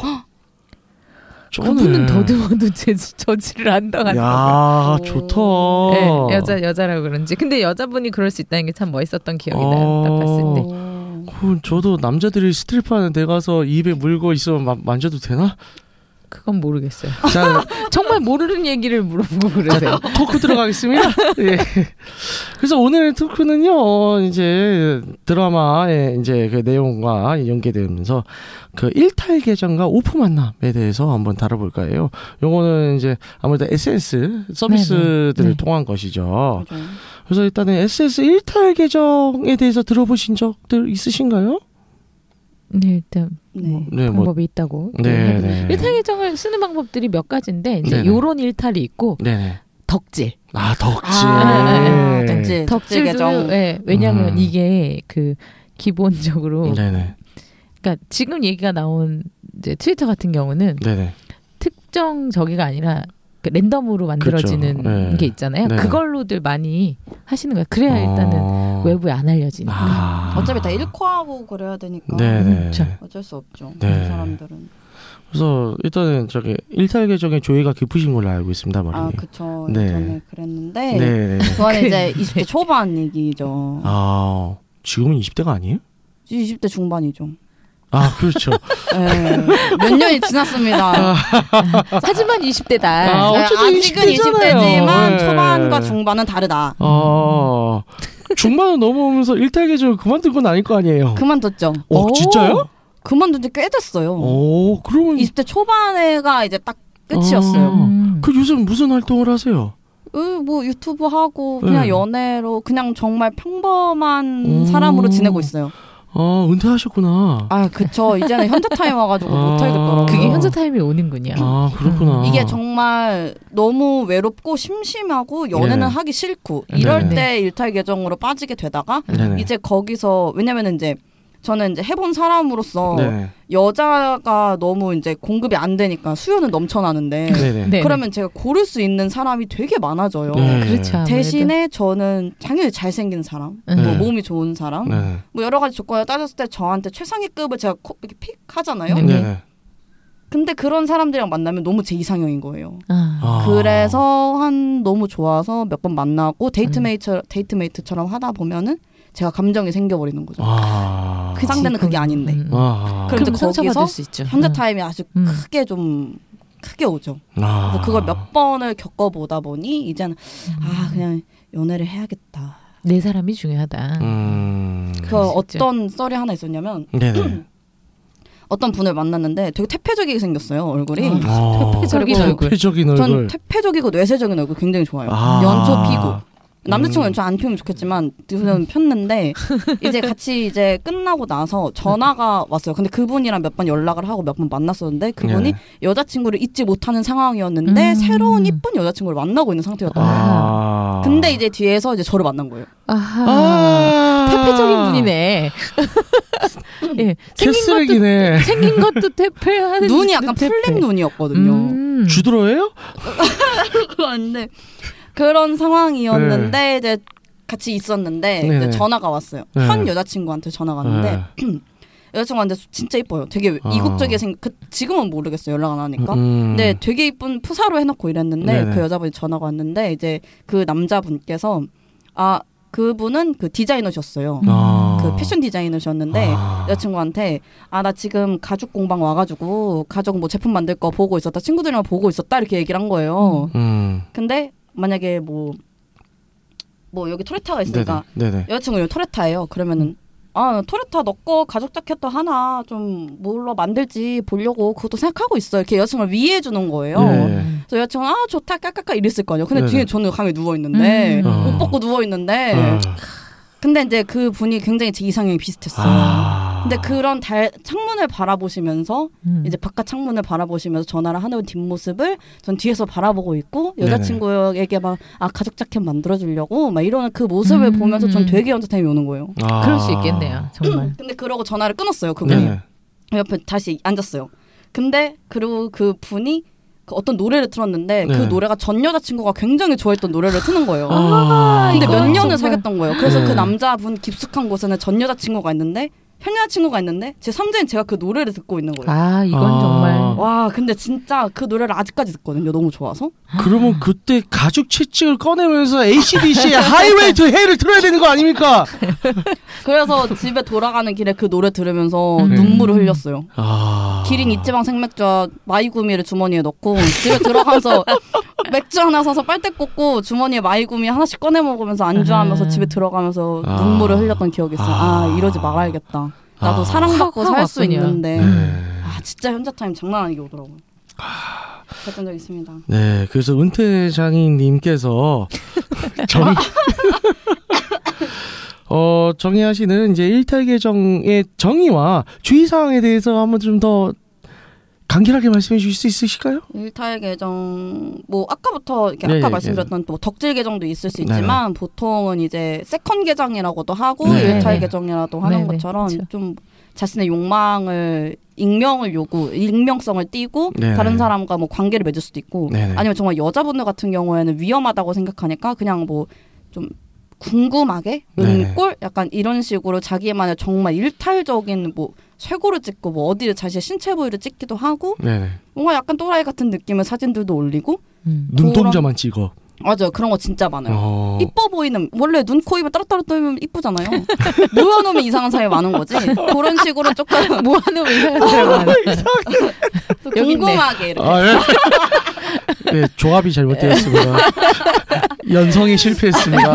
D: 그분은 더듬어도 제 저지를 안 당하더라고요.
C: 야,
E: 오.
C: 좋다.
D: 네, 여자 여자라 그런지 근데 여자분이 그럴 수 있다는 게 참 멋있었던 기억이 나요. 딱 봤을 때.
C: 그럼 저도 남자들이 스트리퍼 하는 데 가서 입에 물고 있으면 마- 만져도 되나?
D: 그건 모르겠어요.
C: 자,
D: 정말 모르는 얘기를 물어보고 그러세요. (laughs)
C: 토크 들어가겠습니다. 예. 그래서 오늘 토크는요, 어, 이제 드라마의 이제 그 내용과 연계되면서 그 일탈 계정과 오프 만남에 대해서 한번 다뤄볼까 해요. 요거는 이제 아무래도 SNS 서비스들을
D: 네네. 네.
C: 통한
E: 뭐.
C: 것이죠. 그래서 일단은 SS 일탈 계정에 대해서 들어보신 적들 있으신가요?
D: (laughs) 네, 일단
E: 네.
C: 네, 뭐.
D: 방법이 있다고. 네.
C: 네, 네.
D: 일탈 계정을 쓰는 방법들이 몇 가지인데 이제
C: 네네.
D: 요런 일탈이 있고
C: 네네.
D: 덕질.
C: 아, 덕질. 네.
D: 아,
E: 네, 덕질, 덕질
D: 덕질도
E: 계정.
D: 네, 왜냐하면
C: 음.
D: 이게 그 기본적으로
C: 네네.
D: 그러니까 지금 얘기가 나온 이제 트위터 같은 경우는
C: 네네.
D: 특정 저기가 아니라 그 랜덤으로 만들어지는
C: 그렇죠. 네.
D: 게 있잖아요.
C: 네.
D: 그걸로들 많이 하시는 거예요. 그래야 네, 일단은
C: 어.
D: 외부에 안 알려지니까.
C: 아.
E: 어차피 다 일코하고 그래야 되니까
C: 네네.
D: 자.
E: 어쩔 수 없죠.
C: 네.
E: 그 사람들은
C: 그래서 일단은 저기 일탈계적인 조예가 깊으신 걸로 알고 있습니다, 머리.
E: 아 그쵸
C: 네.
E: 예전에 그랬는데
C: 네. 네.
E: 그거는
C: (laughs)
E: 이제 20대 초반 얘기죠
C: 아 지금은 20대가 아니에요?
E: 20대 중반이죠
C: 아 그렇죠.
E: 네. 몇 년이 지났습니다
D: 하지만 20대다.
C: 아,
E: 네,
C: 어쨌든
E: 아직은
C: 20대 잖아요.
E: 20대지만
C: 네.
E: 초반과 중반은 다르다
C: 아 중반을 넘어오면서 일탈계적으로 그만둔 건 아닐 거 아니에요.
E: 그만뒀죠
C: 어
D: 오.
C: 진짜요?
E: 그만둔 지 꽤 됐어요
C: 오 그러면
E: 20대 초반에가 이제 딱 끝이었어요
D: 음.
C: 그 요즘 무슨 활동을 하세요?
E: 으, 뭐 유튜브 하고 그냥
C: 네.
E: 연애로 그냥 정말 평범한
C: 음.
E: 사람으로 지내고 있어요.
C: 아 은퇴하셨구나.
E: 아 그쵸 이제는 현자 타임 와가지고
C: 아.
E: 못하겠더라고요. 어.
D: 그게
C: 어.
D: 현재 타임이 오는군요.
C: 아 그렇구나.
E: 음, 이게 정말 너무 외롭고 심심하고 연애는
C: 네네.
E: 하기 싫고 이럴
C: 네네.
E: 때 일탈 계정으로 빠지게 되다가
C: 네네.
E: 이제 거기서 왜냐면은 이제 저는 이제 해본 사람으로서
C: 네네.
E: 여자가 너무 이제 공급이 안 되니까 수요는 넘쳐나는데
C: 네네.
D: 네.
E: 그러면 제가 고를 수 있는 사람이 되게 많아져요.
C: 네.
D: 그렇죠. 아무래도.
E: 대신에 저는 당연히 잘생긴 사람,
D: 음.
E: 뭐
C: 네.
E: 몸이 좋은 사람,
C: 네네.
E: 뭐 여러 가지 조건을 따졌을 때 저한테 최상위 급을 제가 코- 이렇게 픽 하잖아요.
D: 네.
C: 네네.
E: 근데 그런 사람들이랑 만나면 너무 제 이상형인 거예요.
D: 아.
C: 아.
E: 그래서 한 너무 좋아서 몇 번 만나고 데이트
D: 음.
E: 메이트 데이트 메이트처럼 하다 보면은 제가 감정이 생겨버리는 거죠.
C: 아.
E: 그 상대는 그게 아닌데
D: 음.
C: 아.
E: 그럼 이제
D: 그럼 상처받을
E: 거기서
D: 수 있죠.
E: 현자
D: 음.
E: 타임이 아주
D: 음.
E: 크게 좀 크게 오죠.
C: 아.
E: 그래서 그걸 몇 번을 겪어보다 보니 이제는 아 그냥 연애를 해야겠다.
D: 내네 사람이 중요하다.
C: 음.
E: 그
D: 그럴 음. 수 있죠.
E: 어떤 썰이 하나 있었냐면
C: 네네.
E: 어떤 분을 만났는데 되게 태폐적이게 생겼어요 얼굴이.
D: 아,
C: 아.
D: 회적인
E: 그리고
D: 얼굴.
C: 회적인
E: 전
C: 얼굴.
E: 태폐적이고 뇌세적인 얼굴 굉장히 좋아요.
C: 아.
E: 연초 피고
C: 음.
E: 남자친구 연초 안 피우면 좋겠지만 저는 폈는데 이제 같이 이제 끝나고 나서 전화가 왔어요. 근데 그분이랑 몇 번 연락을 하고 몇 번 만났었는데 그분이
C: 네네.
E: 여자친구를 잊지 못하는 상황이었는데
D: 음.
E: 새로운 이쁜 여자친구를 만나고 있는 상태였다. 요
C: 아.
E: 근데 이제 뒤에서 이제 저를 만난 거예요.
D: 아하.
C: 아.
D: 태폐적인
C: (laughs)
D: 분이네. 예, 생긴 것도
C: 개쓰레기네.
D: 생긴 것도 태폐.
E: 눈이 약간 풀린 눈이었거든요.
D: 음. 네.
C: 주드러예요?
E: (laughs) 그런데 그런 상황이었는데 이제 같이 있었는데
C: 네. 네네.
E: 이제 전화가 왔어요.
C: 네.
E: 현 여자친구한테 전화가 왔는데 여자친구한테 진짜 이뻐요. 되게
C: 아.
E: 이국적이게 생. 그 지금은 모르겠어요. 연락 안
D: 그러니까?
E: 하니까.
C: 음.
E: 근데
D: 네.
E: 되게 이쁜 푸사로 해놓고 이랬는데
C: 네네.
E: 그 여자분이 전화가 왔는데 이제 그 남자분께서 아 그분은 그 디자이너셨어요.
C: 아.
E: 그 패션 디자이너셨는데
C: 아.
E: 여자친구한테 아 나 지금 가죽 공방 와가지고 가죽 뭐 제품 만들 거 보고 있었다 친구들이랑 보고 있었다 이렇게 얘기를 한 거예요.
C: 음.
E: 근데 만약에 뭐 뭐 여기 토레타가 있으니까
C: 네네. 네네.
E: 여자친구 여기 토레타예요. 그러면은 아 토레타 너꺼 가죽 자켓도 하나 좀 뭘로 만들지 보려고 그것도 생각하고 있어. 이렇게 여자친구를 위해 주는 거예요.
C: 네.
E: 그래서 여자친구 아 좋다 까까까 이랬을 거아니에요 근데
C: 네네.
E: 뒤에 저는 강에 누워 있는데
D: 음.
C: 어.
E: 옷 벗고 누워 있는데
D: 네.
C: 아.
E: 근데 이제 그 분이 굉장히 제 이상형이 비슷했어요.
C: 아.
E: 근데 그런 달 창문을 바라보시면서 이제
D: 이제
E: 바깥 창문을 바라보시면서 전화를 하는 뒷모습을 전 뒤에서 바라보고 있고 여자친구에게 막 아 가죽 자켓 만들어 주려고 막 이러는 그 모습을
D: 음.
E: 보면서 전 되게 연타템이 오는 거예요.
C: 아.
D: 그럴 수 있겠네요. 정말.
E: 근데 그러고 전화를 끊었어요. 그분이
C: 네네.
E: 옆에 다시 앉았어요. 근데 그리고 그 분이 그 어떤 노래를 틀었는데 그
C: 네.
E: 노래가 전 여자친구가 굉장히 좋아했던 노래를 트는 거예요.
C: 아.
E: 근데 몇
D: 이거 정말.
E: 년을 사귀었던 거예요. 그래서
C: 네.
E: 그 남자분 깊숙한 곳에는 전 여자친구가 있는데 현 여자친구가 있는데 제 3자인 제가 그 노래를 듣고 있는 거예요.
D: 아 이건
C: 아.
D: 정말.
E: 와 근데 진짜 그 노래를 아직까지 듣거든요 너무 좋아서
C: 그러면 그때 가죽 채찍을 꺼내면서 ACDC의 (laughs) 하이웨이 투 헤이를 틀어야 되는 거 아닙니까? (laughs)
E: 그래서 집에 돌아가는 길에 그 노래 들으면서
D: 음.
E: 눈물을 흘렸어요
C: 아.
E: 기린 이지방 생맥주와 마이구미를 주머니에 넣고 집에
C: (laughs)
E: 들어가서 맥주 하나 사서 빨대 꽂고 주머니에 마이구미 하나씩 꺼내 먹으면서 안주하면서
D: 아.
E: 집에 들어가면서
C: 음. 아.
E: 눈물을 흘렸던 기억이 있어요 아
C: 아.
E: 이러지 말아야겠다 나도
C: 아.
E: 사랑받고
D: 확
E: 살 수
D: 왔군요.
E: 있는데
C: 네.
E: 아 진짜 현자 타임 장난 아니게 오더라고요
C: 아.
E: 그랬던 적 있습니다
C: 네, 그래서
E: (laughs)
C: 은퇴장인님께서 정
E: 뭐?
C: (laughs) 어, 정희아 씨는 이제 일탈 계정의 정의와 주의 사항에 대해서 한번 좀 더 간결하게 말씀해 주실 수 있으실까요?
E: 일탈 계정 뭐 아까부터 이렇게
C: 네,
E: 아까
C: 네,
E: 말씀드렸던 뭐 덕질 계정도 있을 수
C: 네,
E: 있지만 보통은 이제 세컨 계정이라고도 하고
C: 네,
E: 일탈
D: 네.
E: 계정이라도 하는
D: 네, 네,
E: 것처럼
D: 그쵸.
E: 좀 자신의 욕망을 익명을 요구 익명성을 띠고
C: 네,
E: 다른
C: 네.
E: 사람과 뭐 관계를 맺을 수도 있고
C: 네, 네.
E: 아니면 정말 여자분들 같은 경우에는 위험하다고 생각하니까 그냥 뭐 좀 궁금하게
C: 네네.
E: 은꼴 약간 이런 식으로 자기만의 정말 일탈적인 뭐 쇄골을 찍고 뭐 어디를 자신의 신체 부위를 찍기도 하고
C: 네네.
E: 뭔가 약간 또라이 같은 느낌의 사진들도 올리고 (laughs)
D: 음.
C: 눈동자만 찍어.
E: 맞아요 그런 거 진짜 많아요.
C: 어.
E: 이뻐 보이는 원래 눈, 코, 입을 따로따로 뜨면
C: (laughs)
E: 이쁘잖아요. 모여놓으면 이상한 사람이 많은 거지. 그런 식으로
C: (laughs)
E: 조금
D: 뭐하는 이상한 사람 여기 있네.
E: 궁금하게 이렇게.
C: 아, 예.
E: (laughs)
C: 예, 조합이 잘못되었습니다. (laughs)
E: 네.
C: 연성이
E: (laughs)
C: 실패했습니다.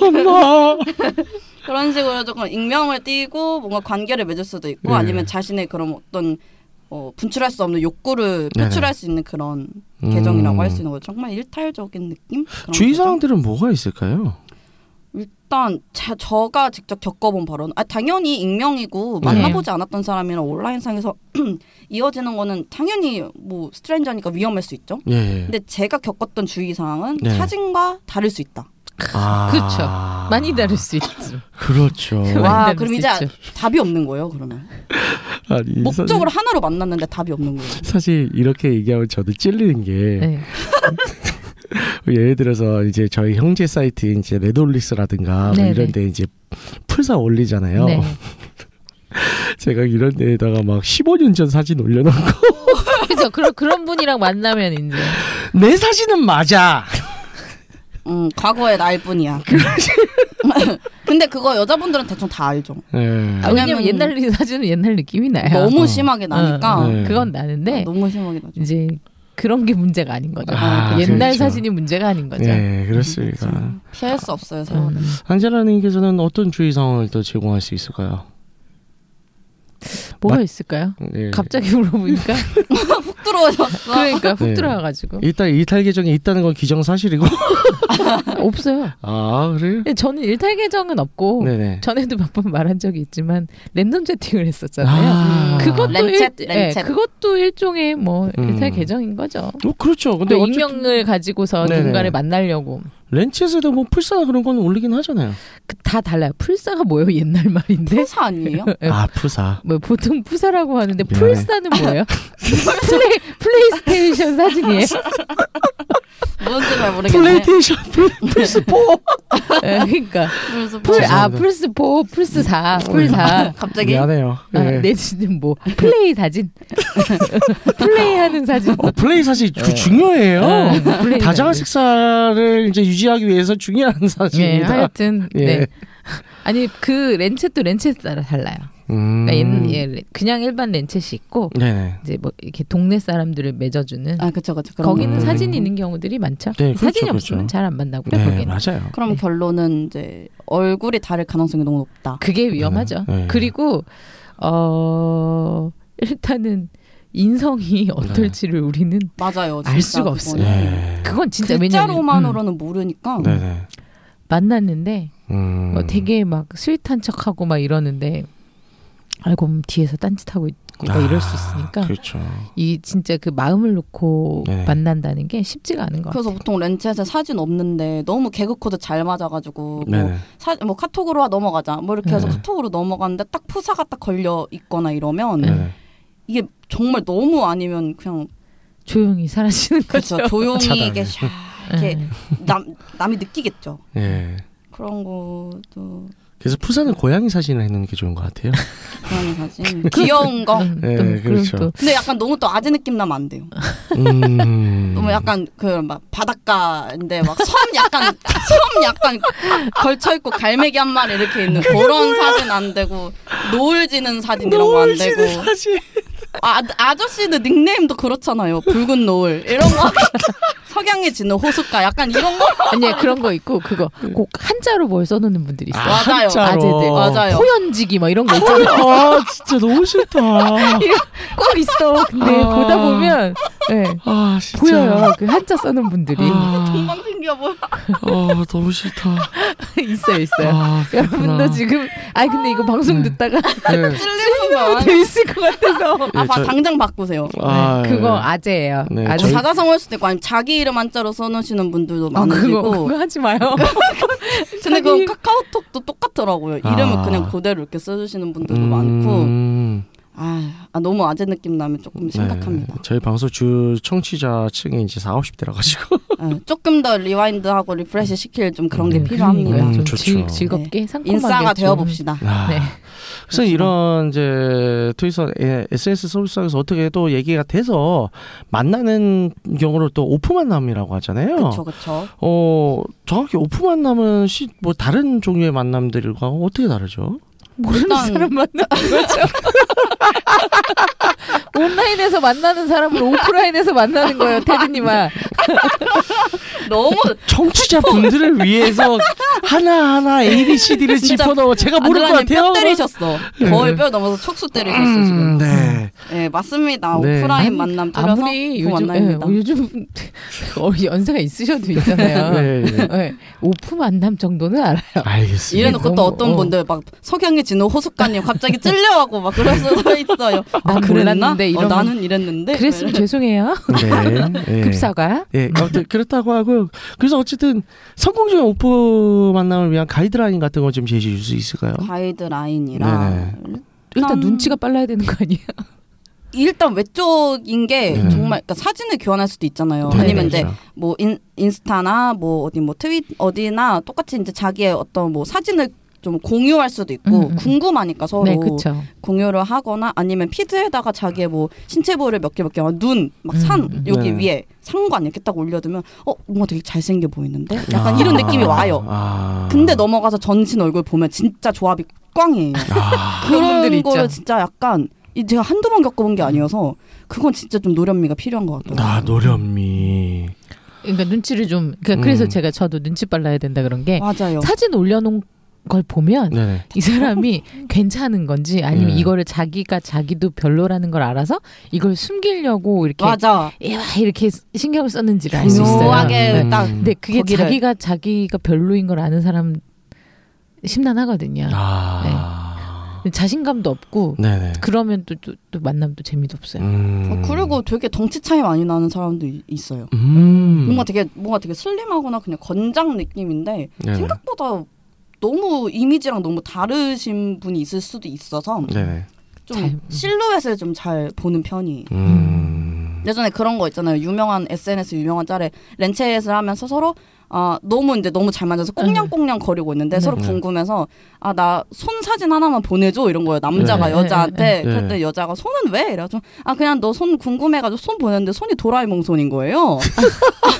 C: 엄마.
E: 그런 식으로 조금 익명을 띠고 뭔가 관계를 맺을 수도 있고
C: 네.
E: 아니면 자신의 그런 어떤 어, 분출할 수 없는 욕구를
C: 네네.
E: 표출할 수 있는 그런 계정이라고
C: 음.
E: 할 수 있는 거죠. 정말 일탈적인 느낌? 그런
C: 주의
E: 계정?
C: 사항들은 뭐가 있을까요?
E: 일단 제, 저가 직접 겪어본 발언 아 당연히 익명이고
C: 네.
E: 만나보지 않았던 사람이랑 온라인상에서 (clears throat) 이어지는 거는 당연히 뭐 스트레인저니까 위험할 수 있죠.
C: 예, 예.
E: 근데 제가 겪었던 주의 사항은
C: 네.
E: 사진과 다를 수 있다.
C: 아.
D: 그쵸. 그렇죠. 많이 다를 수 있지. (laughs)
C: 그렇죠.
D: 많이
E: 와,
D: 다를
E: 그럼
D: 수
E: 이제
D: 있죠.
C: 아,
E: 답이 없는 거예요, 그러면.
C: 아니, 사실,
E: 목적으로 하나로 만났는데 답이 없는 거예요.
C: 사실 이렇게 얘기하면 저도 찔리는 게
D: 네.
C: 예를 들어서 이제 저희 형제 사이트인 이제 레돌릭스라든가 뭐
D: 네네.
C: 이런데 이제 풀사 올리잖아요.
D: 네.
C: 제가 이런 데에다가 막 15년 전 사진 올려놓고
D: 그죠. 그런 그런 분이랑 만나면 이제
C: (laughs) 내 사진은 맞아.
E: 음, 과거의 나일
C: (laughs)
E: 뿐이야. (laughs) 근데 그거 여자분들은 대충 다 알죠.
C: 예.
D: 아, 왜냐면
E: 왜냐면-
D: 옛날 사진은 옛날 느낌이 나요.
E: 너무
C: 어.
E: 심하게 나니까
D: 어, 어,
C: 네.
D: 그건 나는데
E: 너무 심하게 나죠.
D: 이제 그런 게 문제가 아닌 거죠.
C: 아,
D: 옛날
C: 그렇죠.
D: 사진이 문제가 아닌 거죠.
C: 예, 그렇습니다.
E: 피할 수 없어요, 세월은.
D: 음.
C: 안젤라님께서는 어떤 주의 상황을 더 제공할 수 있을까요?
D: 뭐가 있을까요?
C: 예.
D: 갑자기
E: (laughs)
D: 물어보니까
E: 훅 들어오셨어.
D: 그러니까 훅
C: 네.
D: 들어와가지고
C: 일단 이탈 계정이 있다는 건 기정 사실이고. (laughs)
D: 없어요.
C: 아 그래요?
D: 근데 저는 일탈 계정은 없고
C: 네네.
D: 전에도 몇 번 말한 적이 있지만 랜덤 채팅을 했었잖아요.
C: 아,
D: 그것도
E: 램챗,
D: 일,
E: 램챗.
D: 예, 그것도 일종의 뭐
C: 음.
D: 일탈 계정인 거죠.
C: 어, 그렇죠. 근데
D: 근데
C: 어쨌든
D: 익명을 가지고서
C: 네네.
D: 누군가를 만나려고
C: 렌치에서도 뭐 풀사나 그런 건 올리긴 하잖아요.
D: 그, 다 달라요. 풀사가 뭐예요? 옛날 말인데. (laughs)
E: 회사 아니에요?
D: 예,
C: 풀사.
D: 뭐 보통 푸사라고 하는데
C: 미안해.
D: 풀사는
C: (laughs)
D: 뭐예요? 플레이, 플레이스테이션 사진이에요.
E: 뭔지 잘 모르겠네.
C: 플레이테이션 풀스 포.
D: 예, 그러니까
E: 그래서 뭐
D: 풀 아
C: 죄송합니다. 음.
D: 플스 4, 플스 4, 풀 4.
E: 갑자기
C: 미안해요.
D: 아,
C: 예.
D: 내지는 뭐 플레이
C: (laughs)
D: 사진, 플레이하는 사진.
C: 어, 플레이 사실 주,
D: 예.
C: 중요해요.
D: 예, 플레이
C: 다자간
D: 사진.
C: 식사를 이제 유지하기 위해서 중요한
D: 예,
C: 사실입니다.
D: 하여튼
C: 예.
D: 네. 아니 그 렌챗도 렌챗에 따라 달라요.
C: 음.
D: 그러니까 옛- 예, 그냥 일반 렌챗이 있고
C: 네네.
D: 이제 뭐 이렇게 동네 사람들을 맺어주는
E: 아, 그쵸, 그쵸. 그런
D: 거기는
C: 음.
E: 거.
D: 사진이 있는 경우들이 많죠.
C: 네, 그렇죠,
D: 사진이
C: 그렇죠.
D: 없으면 잘 안 만나고요.
C: 네,
D: 거기는.
C: 맞아요.
E: 그럼 결론은 이제 얼굴이 다를 가능성이 너무 높다.
D: 그게 위험하죠.
C: 네, 네.
D: 그리고 어 일단은 인성이 어떨지를 우리는
E: 맞아요.
D: 알
E: 진짜
D: 수가
E: 그거는.
D: 없어요.
C: 네.
D: 그건 진짜 왜냐면 음,
E: 글자로만으로는 모르니까
C: 네네.
D: 만났는데
C: 음.
D: 뭐 되게 막 스윗한 척하고 막 이러는데 알고 보면 뒤에서 딴짓하고 있고 막뭐 이럴 수 있으니까
C: 아, 그렇죠.
D: 이 진짜 그 마음을 놓고
C: 네.
D: 만난다는 게 쉽지가 않은 것
E: 그래서
D: 같아요.
E: 보통 렌챗에 사진 없는데 너무 개그 코드 잘 맞아가지고 뭐,
C: 네네.
E: 사, 뭐 카톡으로 와, 넘어가자 뭐 이렇게 해서
C: 네.
E: 카톡으로 넘어갔는데 딱 푸사가 딱 걸려 있거나 이러면
C: 네네.
E: 이게 정말 너무 아니면 그냥
D: 조용히 사라지는 거죠.
E: 그렇죠 조용히
C: 차단해.
E: 이게 샤 (laughs) 이렇게
D: 네.
E: 남 남이 느끼겠죠
C: 예.
E: 그런 (laughs) 것도
C: 그래서 풀사는 고양이 사진을 해놓는 게 좋은 것
D: (laughs)
C: 같아요.
E: 그런 사진 귀여운 거
D: 음,
C: 네,
D: 또 그럼
C: 그렇죠.
D: 또
E: 근데 약간 너무 또 아재 느낌 나면 안 돼요
C: 음.
E: 너무 약간 그 막 바닷가인데 막 섬 약간 (laughs) 섬 약간 걸쳐 있고 갈매기 한 마리 이렇게 있는 그런 사진 안 되고 노을 지는 사진 이런 거 안
D: 뭐
E: 되고
C: 사진.
E: 아 아저씨들 닉네임도 그렇잖아요 붉은 노을 이런 거 (laughs) 석양에 지는 호숫가 약간 이런 거
D: 아니 그런 거 있고 그거 꼭 한자로 뭘 써놓는 분들이 있어요.
E: 아, 맞아요.
D: 아재들
E: 맞아요.
D: 호연지기 막 이런 거 있잖아.
C: 아 진짜 너무 싫다.
D: 꼭 있어. 근데
C: 아.
D: 보다 보면 예,
C: 아 진짜.
D: 보여요. 그 한자 써는 분들이
C: 아,
E: 동방신기야 뭐야
C: 아 너무 싫다.
D: (laughs) 있어 요 있어요.
C: 아, 그렇구나.
D: 여러분도 지금 아 근데 이거 방송
C: 네.
D: 듣다가
C: 네.
D: (laughs)
E: 찔리는 거야
D: 돼 있을 것 같아서
E: 아
C: 예,
E: 바-
C: 저-
E: 당장 바꾸세요
C: 아,
D: 네, 그거
C: 예.
D: 아재예요.
C: 네,
D: 아재.
C: 저희-
E: 사자성어 할 수도 있고 아니면 자기 이름 한자로 써놓으시는 분들도
D: 아,
E: 많으시고
D: 그거 그거 하지
C: (laughs)
D: 마요.
E: 근데 그
D: 자기-
E: 카카오톡도 똑같더라고요. 이름을
C: 아.
E: 그냥 그대로 이렇게 써주시는 분들도
C: 음.
E: 많고 아, 아, 너무 아재 느낌 나면 조금 심각합니다.
C: 네, 저희 방송 주 청취자층이 이제 4, 50대라 가지고
E: 아, 조금 더 리와인드하고 리프레시 시킬 좀 그런 게
D: 음,
E: 필요합니다.
D: 그러니까요. 좀
C: 네, 좋죠.
D: 즐, 즐겁게 상큼하게
E: 네. 인싸가
D: 좀.
E: 되어봅시다.
C: 아,
D: 네.
C: 그래서 이런 이제 트위터 예, SNS 서비스에서 어떻게 또 얘기가 돼서 만나는 경우를 또 오프 만남이라고 하잖아요.
E: 그렇죠, 그렇죠.
C: 어 정확히 오프 만남은 시, 뭐 다른 종류의 만남들과 어떻게 다르죠?
D: 모르는
E: 일단-
D: 사람 만나는
E: (laughs)
D: 거죠. 온라인에서 만나는 사람을 오프라인에서 만나는 거예요, 테드님아.
E: (laughs) 너무
C: 청취자 분들을 위해서 하나 하나 A B C D를
E: 진짜
C: 짚어넣어 제가 모를 것
E: 아들라님
C: 같아요.
E: 뼈 때리셨어. 거의 뼈 넘어서 척수 때리셨어 지금.
C: 음, 네.
E: 네, 맞습니다.
C: 네.
E: 오프라인 만남 줄여서
D: 아무리
E: 그
D: 요즘 예,
E: 만남입니다.
D: 뭐 요즘 (laughs) 어, 연세가 있으셔도 있잖아요. (laughs)
C: 네, 네.
D: 예, 오프 만남 정도는 알아요.
C: 알겠습니다.
E: 이래놓고 또
D: 너무-
E: 어떤
D: 어.
E: 분들 막 석양의 진호 호숫가님 갑자기 찔려하고 막 그럴 수도 있어요.
D: 난
E: 아, 그랬나?
D: 몰랐는데
E: 어,
D: 이런-
E: 나는 이랬는데.
D: 그랬으면
E: 왜 이래?
D: 죄송해요.
C: 네. 예.
D: 급사가.
C: 예, 아무튼 그렇다고 하고요. 그래서 어쨌든 성공적인 오프 만남을 위한 가이드라인 같은 거 좀 제시해 줄 수 있을까요?
E: 아, 가이드라인이라
C: 그러니까. 네네.
D: 일단
E: 난-
D: 눈치가 빨라야 되는 거 아니에요?
E: 일단 외적인 게
C: 네.
E: 정말 그러니까 사진을 교환할 수도 있잖아요.
D: 네,
E: 아니면 이제
C: 그렇죠.
E: 뭐 인, 인스타나 뭐 어디 뭐 트윗 어디나 똑같이 이제 자기의 어떤 뭐 사진을 좀 공유할 수도 있고
D: 음, 음.
E: 궁금하니까 서로
D: 네, 그렇죠.
E: 공유를 하거나 아니면 피드에다가 자기의 뭐 신체부를 몇 개 몇 개 눈 막 산
D: 음, 음.
E: 여기
C: 네.
E: 위에 상관 이렇게 딱 올려두면 어 뭔가 되게 잘생겨 보이는데 약간 이런 느낌이 와요.
C: 아.
E: 근데 넘어가서 전신 얼굴 보면 진짜 조합이 꽝이에요.
C: 아.
D: 그런 분들
E: 그런
D: 있죠. 음.
E: 거를 진짜 약간 이 제가 한두 번 겪어본 게 아니어서 그건 진짜 좀 노련미가 필요한 것 같아요.
C: 나 노련미.
D: 그러니까 눈치를 좀 그러니까 그래서
C: 음.
D: 제가 저도 눈치 빨라야 된다 그런 게
E: 맞아요.
D: 네. 사진 올려놓은 걸 보면
C: 네네.
D: 이 사람이 (laughs) 괜찮은 건지 아니면
C: 네.
D: 이거를 자기가 자기도 별로라는 걸 알아서 이걸 숨기려고 이렇게
E: 맞아.
D: 예, 와, 이렇게 신경을 썼는지를 알 수 있어요.
E: 묘하게
D: 네.
E: 딱
C: 음.
D: 근데 그게
E: 거기를-
D: 자기가 자기가 별로인 걸 아는 사람
E: 네.
D: 심란하거든요.
C: 아.
D: 자신감도 없고
C: 네. 네네.
D: 그러면 또, 또, 또 만남도 재미도 없어요.
C: 음.
E: 어, 그리고 되게 덩치 차이 많이 나는 사람도 이- 있어요.
C: 음.
E: 뭔가 되게 뭔가 되게 슬림하거나 그냥 건장 느낌인데
C: 네네.
E: 생각보다 너무 이미지랑 너무 다르신 분이 있을 수도 있어서
C: 네네.
E: 좀
D: 잘-
E: 실루엣을 좀 잘 보는 편이에요.
C: 음.
E: 예전에 그런 거 있잖아요. 유명한 SNS 유명한 짤에 렌체에서 하면서 서로 아 너무 이제 너무 잘 맞아서 꽁냥꽁냥 거리고 있는데
D: 네.
E: 서로
C: 네.
E: 궁금해서 아 나 손 사진 하나만 보내줘 이런 거예요. 남자가
D: 네.
E: 여자한테
C: 네. 네.
E: 그랬더니 여자가 손은 왜? 이래서 아 그냥 너 손 궁금해가지고 손 보냈는데 손이 도라에몽
D: (laughs)
E: 손인 거예요.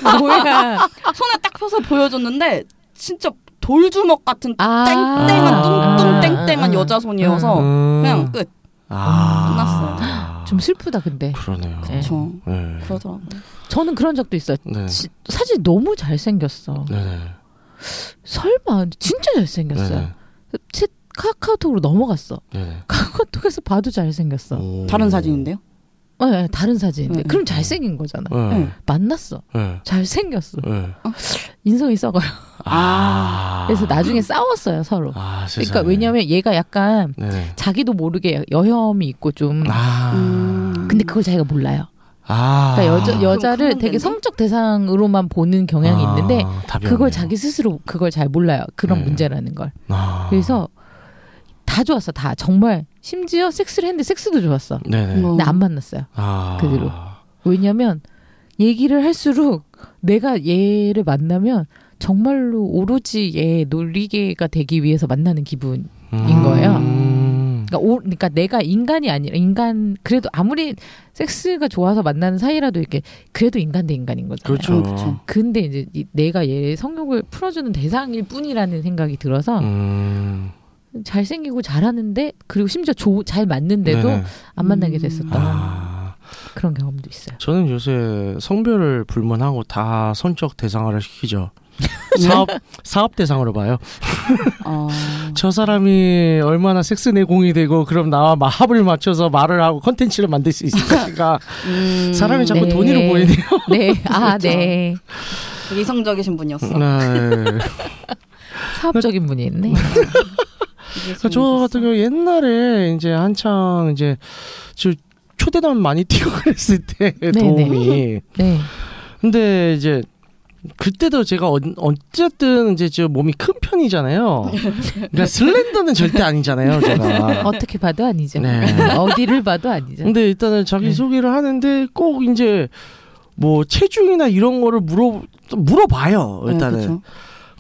D: 아,
E: (laughs)
D: 뭐야?
E: 손에 딱 펴서 보여줬는데 진짜 돌주먹 같은
D: 아.
E: 땡땡한 뚱뚱 땡땡한
D: 아.
E: 여자 손이어서
C: 음.
E: 그냥 끝.
C: 아.
D: 좀 슬프다 근데
C: 그러네요.
D: 네.
E: 그렇죠.
C: 네.
E: 그러더라고. 요
D: 저는 그런 적도 있어요.
C: 네.
D: 지- 사실 너무 잘생겼어.
C: 네네.
D: 설마 진짜 잘생겼어요.
C: 네네.
D: 채- 카카오톡으로 넘어갔어.
C: 네네.
D: 카카오톡에서 봐도 잘생겼어.
C: 오.
E: 다른 사진인데요?
D: 네, 네, 다른 사진.
E: 네.
D: 그럼 잘생긴 거잖아.
C: 네.
D: 만났어.
C: 네.
D: 잘생겼어.
C: 네.
D: 인성이 썩어요.
C: 아.
D: 그래서 나중에 싸웠어요 서로.
C: 아, 세상에.
D: 그러니까 왜냐면 얘가 약간
C: 네네.
D: 자기도 모르게 여혐이 있고 좀.
C: 아.
E: 음.
D: 근데 그걸 자기가 몰라요.
C: 아.
D: 그러니까 여자,
E: 그럼
D: 여자를
E: 큰일
D: 되게
E: 났네.
D: 성적 대상으로만 보는 경향이
C: 아,
D: 있는데
C: 답이 없네요.
D: 그걸 자기 스스로 그걸 잘 몰라요. 그런
C: 네.
D: 문제라는 걸.
C: 아.
D: 그래서 다 좋았어. 다 정말 심지어 섹스를 했는데 섹스도 좋았어.
C: 네네.
E: 뭐.
D: 근데 안 만났어요.
C: 아.
D: 그대로. 왜냐면 얘기를 할수록 내가 얘를 만나면 정말로 오로지 얘 놀리개가 되기 위해서 만나는 기분.
C: 음.
D: 거예요.
C: 음.
D: 그러니까, 오, 그러니까 내가 인간이 아니라 인간 그래도 아무리 섹스가 좋아서 만나는 사이라도 이렇게 그래도 인간 대 인간인 거잖아요.
C: 그렇죠.
E: 음, 그쵸.
D: 근데 이제 이- 내가 얘 성욕을 풀어주는 대상일 뿐이라는 생각이 들어서
C: 음.
D: 잘생기고 잘하는데 그리고 심지어 조, 잘 맞는데도
C: 네네.
D: 안 만나게
E: 음.
D: 됐었던
C: 아.
D: 그런 경험도 있어요.
C: 저는 요새 성별을 불문하고 다 성적 대상화를
D: (laughs)
C: 시키죠. 사업 사업 대상으로 봐요.
E: 어.
C: 저 사람이 얼마나 섹스 내공이 되고 그럼 나와 합을 맞춰서 말을 하고 컨텐츠를 만들
D: (laughs)
C: 수 있을까?
E: 음.
C: 사람이 자꾸
D: 네.
C: 돈으로
D: (laughs)
C: 보이네요.
D: 네, 아,
E: 그렇죠.
D: 네.
E: 되게 이성적이신 분이었어.
C: 네. 음. 그러니까
D: 사업적인 분이 있네.
E: 이게
C: 그러니까 저 같은 경우 옛날에 이제 한창 이제 저 (laughs) 초대단 많이 뛰고 그랬을 때
D: 네,
C: 도움이.
D: 네.
C: 근데 이제 그때도 제가 어, 어쨌든 이제 저 몸이 큰 편이잖아요.
E: (laughs)
C: 그러니까 슬렌더는 절대 아니잖아요, 제가.
D: 어떻게 봐도 아니죠. (laughs)
C: 네. 음,
D: 어디를 봐도 아니죠.
C: 근데 일단은 자기
D: 네.
C: 소개를 하는데 꼭 이제 뭐 체중이나 이런 거를 물어 물어봐요. 일단은
E: 네, 그쵸.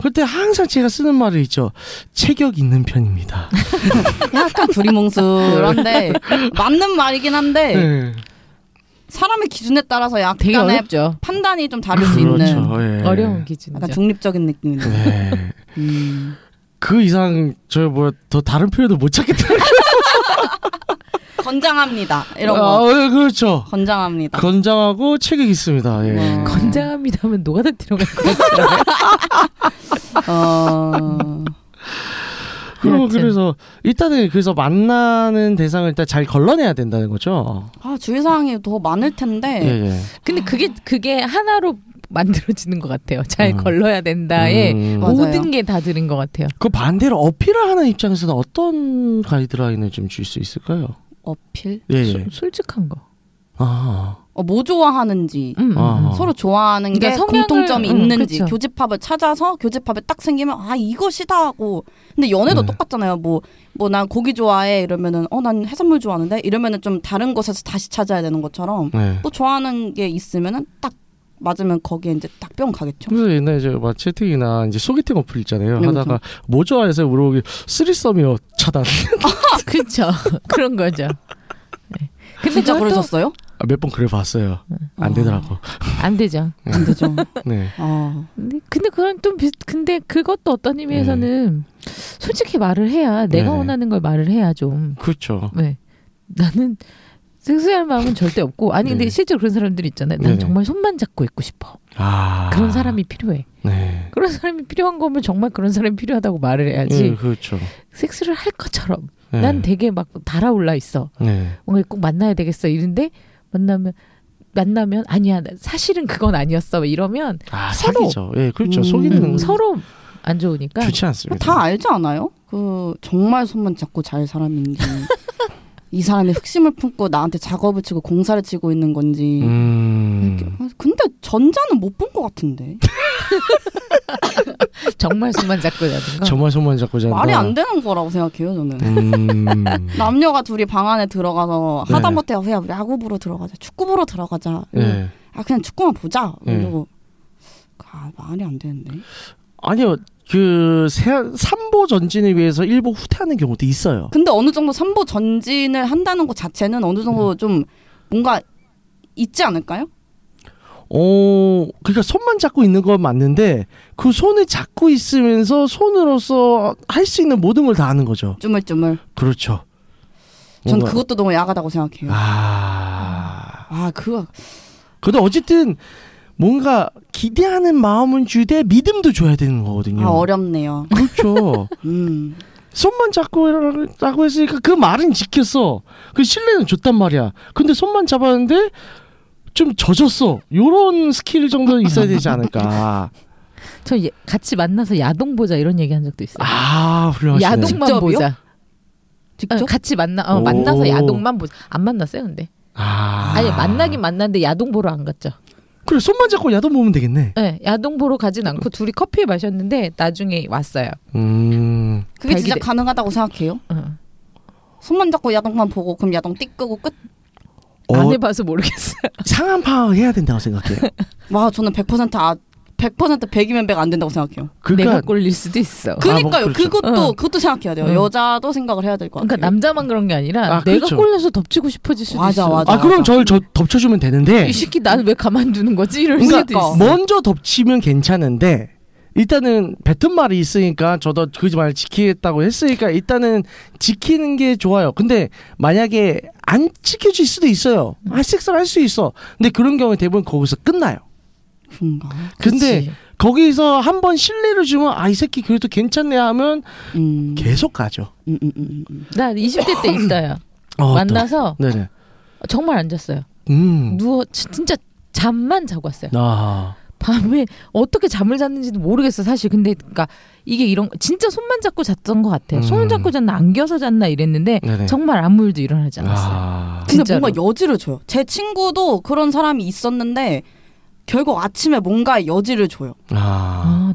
C: 그때 항상 제가 쓰는 말이 있죠. 체격 있는 편입니다.
E: 약간 두리뭉술
C: (laughs)
E: 한데 맞는 말이긴 한데
C: 네.
E: 사람의 기준에 따라서
D: 되게
E: 약간의
D: 어렵죠.
E: 판단이 좀 다를 수 있는
C: 그렇죠. 예.
D: 어려운 기준이죠.
E: 약간
C: (laughs)
E: 중립적인 느낌인데
C: 네.
E: 음.
C: 그 이상 저 뭐 더 다른 표현을 못 찾겠다.
E: 건장합니다 이런
C: 아,
E: 거
C: 예, 그렇죠. (laughs)
E: 건장합니다
C: 건장하고 체격 있습니다. 예.
E: 와.
D: 건장합니다면 노가다 들어갈 것 같아요.
E: 어...
C: 그리고
D: 그렇죠.
C: 그래서 일단은 그래서 만나는 대상을 일단 잘 걸러내야 된다는 거죠.
E: 아 주의사항이 더 많을
D: 네.
E: 텐데
C: 예, 예.
D: 근데 그게 그게 하나로 만들어지는 것 같아요. 잘
C: 음.
D: 걸러야 된다에
C: 음.
E: 맞아요.
D: 모든 게 다 들은 것 같아요.
C: 그 반대로 어필을 하는 입장에서는 어떤 가이드라인을 좀 줄 수 있을까요?
E: 어필
C: 예. 예.
D: 솔- 솔직한 거.
C: 아.
E: 어, 뭐 좋아하는지
D: 음, 음,
C: 아.
D: 음.
E: 서로 좋아하는 게
D: 그러니까 성향을-
E: 공통점이
D: 음,
E: 있는지
D: 그렇죠.
E: 교집합을 찾아서 교집합에 딱 생기면 아 이것이다 하고 근데 연애도
C: 네.
E: 똑같잖아요 뭐 뭐 난 고기 좋아해 이러면은 어 난 해산물 좋아하는데 이러면은 좀 다른 곳에서 다시 찾아야 되는 것처럼
C: 네.
E: 또 좋아하는 게 있으면은 딱 맞으면 거기에 이제 딱 뿅 가겠죠
D: 음,
C: 그래서 옛날에 저막 채팅이나 이제 소개팅 어플 있잖아요.
E: 네,
C: 하다가 뭐 좋아해서 물어보기 쓰리썸이요 차단. (laughs)
D: 그렇죠. (laughs) 그런 거죠. 네. 근데
E: 진짜
D: 그것도
E: 그러셨어요?
C: 몇 번 그래 봤어요. 안
D: 음.
E: 어.
C: 되더라고.
D: 안 되죠.
E: 안 (laughs) 되죠
D: 아.
C: 네.
E: 어.
D: 근데, 근데 그건 좀 비슷. 근데 그것도 어떤 의미에서는 솔직히 말을 해야 내가
C: 네.
D: 원하는 걸 말을 해야 좀.
C: 그렇죠.
D: 네. 나는 섹스할 마음은 절대 없고 아니 근데
C: 네.
D: 실제로 그런 사람들이 있잖아요. 난
C: 네네.
D: 정말 손만 잡고 있고 싶어.
C: 아.
D: 그런 사람이 필요해.
C: 네.
D: 그런 사람이 필요한 거면 정말 그런 사람이 필요하다고 말을 해야지.
C: 예, 그렇죠.
D: 섹스를 할 것처럼
C: 네.
D: 난 되게 막 달아올라 있어.
C: 네.
D: 뭔가 꼭 만나야 되겠어 이런데 만나면 만나면 아니야 나- 사실은 그건 아니었어 이러면
C: 아,
D: 서로.
C: 사기죠. 예, 그렇죠.
E: 음.
C: 속이는 건
D: 서로 안 좋으니까
C: 좋지 않습니다.
E: 그러니까 다 알지 않아요? 그 정말 손만 잡고 잘 사람인지 이 사람이 (laughs) 흑심을 품고 나한테 작업을 치고 공사를 치고 있는 건지
C: 음.
E: 근데 전자는 못 본 것 같은데
D: (laughs) 정말 손만 잡고 자든가
C: 정말 손만 잡고 잔다.
E: 말이 안 되는 거라고 생각해요 저는 (laughs)
C: 음.
E: 남녀가 둘이 방 안에 들어가서
C: 네.
E: 하다못해 야 우리 야구부로 들어가자 축구부로 들어가자
C: 네.
E: 아 그냥 축구만 보자
C: 네.
E: 이러고 아 말이 안 되는데
C: 아니요. 그 세, 삼보 전진을 위해서 일보 후퇴하는 경우도 있어요.
E: 근데 어느 정도 삼보 전진을 한다는 것 자체는 어느
C: 네.
E: 정도 좀 뭔가 있지 않을까요?
C: 어, 그러니까 손만 잡고 있는 건 맞는데 그 손을 잡고 있으면서 손으로서 할 수 있는 모든 걸 다 하는 거죠.
E: 쭈물쭈물
C: 그렇죠.
E: 전
C: 뭔가-
E: 그것도 너무 야하다고 생각해요.
C: 아.
E: 아, 그거
C: 근데 어쨌든 뭔가 기대하는 마음은 주되 믿음도 줘야 되는 거거든요.
E: 아, 어렵네요.
C: 그렇죠.
E: 음.
C: 손만 잡고 라고 했으니까 그 말은 지켰어. 그 신뢰는 줬단 말이야. 근데 손만 잡았는데 좀 젖었어. 요런 스킬 정도는 있어야 되지 않을까.
D: 저 예- 같이 만나서 야동 보자 이런 얘기 한 적도 있어요.
C: (laughs) 아, 훌륭하시네.
D: 야동만
E: 직접이요?
D: 보자. 어,
E: 직접
D: 같이 만나 어,
C: 오.
D: 만나서 야동만 보자. 안 만났어요 근데.
C: 아.
D: 아니 만나긴 만났는데 야동 보러 안 갔죠.
C: 그래, 손만 잡고 야동 보면 되겠네.
D: 네, 야동 보러 가진 않고 둘이 커피 마셨는데 나중에 왔어요.
C: 음.
E: 그게 진짜
D: 발기대-
E: 가능하다고 생각해요?
D: 어.
E: 손만 잡고 야동만 보고 그럼 야동 띠 끄고 끝.
D: 안
C: 어,
D: 해봐서 모르겠어요.
C: 상한 파악 해야
D: (laughs)
C: 된다고 생각해요.
E: 와, 저는 100% 아, 100% 100이면 100 안 된다고
D: 내가
E: 생각해요.
C: 그러니까
D: 꼴릴 수도 있어.
C: 그-
E: 그러니까요.
C: 뭐 그렇죠.
E: 그것도
D: 어.
E: 그것도 생각해야 돼요.
D: 어.
E: 여자도 생각을 해야 될 것
D: 그러니까
E: 같아요.
D: 남자만 그런 게 아니라
C: 아,
D: 내가
C: 그렇죠.
D: 꼴려서 덮치고 싶어질 수도
E: 맞아,
D: 있어.
E: 맞아.
C: 아, 네. 그럼 저를 저 덮쳐주면 되는데.
D: 이 새끼 난 왜 가만두는 거지? 이럴 수도
E: 그러니까.
D: 있어.
C: 먼저 덮치면 괜찮은데 일단은 뱉은 말이 있으니까 저도 그 말을 지키겠다고 했으니까 일단은 지키는 게 좋아요. 근데 만약에 안 지켜질 수도 있어요. 아, 섹스를 할 수 있어. 근데 그런 경우에 대부분 거기서 끝나요.
E: 그런가?
C: 근데
D: 그치.
C: 거기서 한 번 신뢰를 주면 아 이 새끼 그래도 괜찮네 하면
E: 음.
C: 계속 가죠.
E: 음, 음, 음, 음.
D: 나 20대 때 있어요.
C: 어,
D: 만나서
C: 또. 네네.
D: 정말 안 잤어요.
C: 음.
D: 누워 진- 진짜 잠만 자고 왔어요.
C: 아.
D: 밤에 어떻게 잠을 잤는지도 모르겠어 사실. 근데 그러니까 이게 이런 진짜 손만 잡고 잤던 것 같아요.
C: 음.
D: 손을 잡고 잤나 안겨서 잤나 이랬는데
C: 네네.
D: 정말 아무 일도 일어나지 않았어요.
C: 아.
E: 근데
D: 진짜로.
E: 뭔가 여지를 줘요. 제 친구도 그런 사람이 있었는데 결국 아침에 뭔가의 여지를 줘요.
C: 아,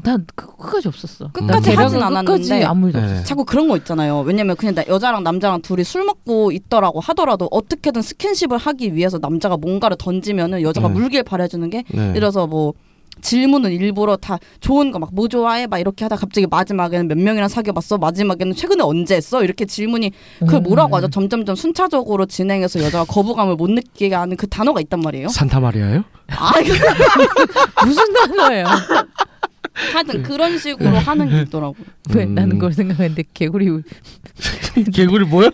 D: 아, 난 그, 끝까지 없었어.
E: 끝까지
C: 음.
E: 하진
D: 걔랑은 끝까지
E: 않았는데
D: 아무 일도
C: 네.
D: 없었어.
E: 자꾸 그런 거 있잖아요. 왜냐면 그냥 나- 여자랑 남자랑 둘이 술 먹고 있더라고 하더라도 어떻게든 스킨십을 하기 위해서 남자가 뭔가를 던지면은 여자가
C: 네.
E: 물길 바래주는 게
C: 네.
E: 이래서 뭐 질문은 일부러 다 좋은 거 막 뭐 좋아해 막 이렇게 하다 갑자기 마지막에는 몇 명이랑 사귀어봤어 마지막에는 최근에 언제 했어 이렇게 질문이 그걸
C: 음.
E: 뭐라고 하죠 점점점 순차적으로 진행해서 여자가 거부감을 못 느끼게 하는 그 단어가 있단 말이에요
C: 산타 마리아요? (laughs)
E: (laughs) 아 이거
D: 무슨 단어예요?
E: 하여튼 그런
C: 네.
E: 식으로 하는 게 있더라고
D: 왜
C: 음.
D: 나는 그걸 생각했는데 개구리
C: 개구리 뭐야?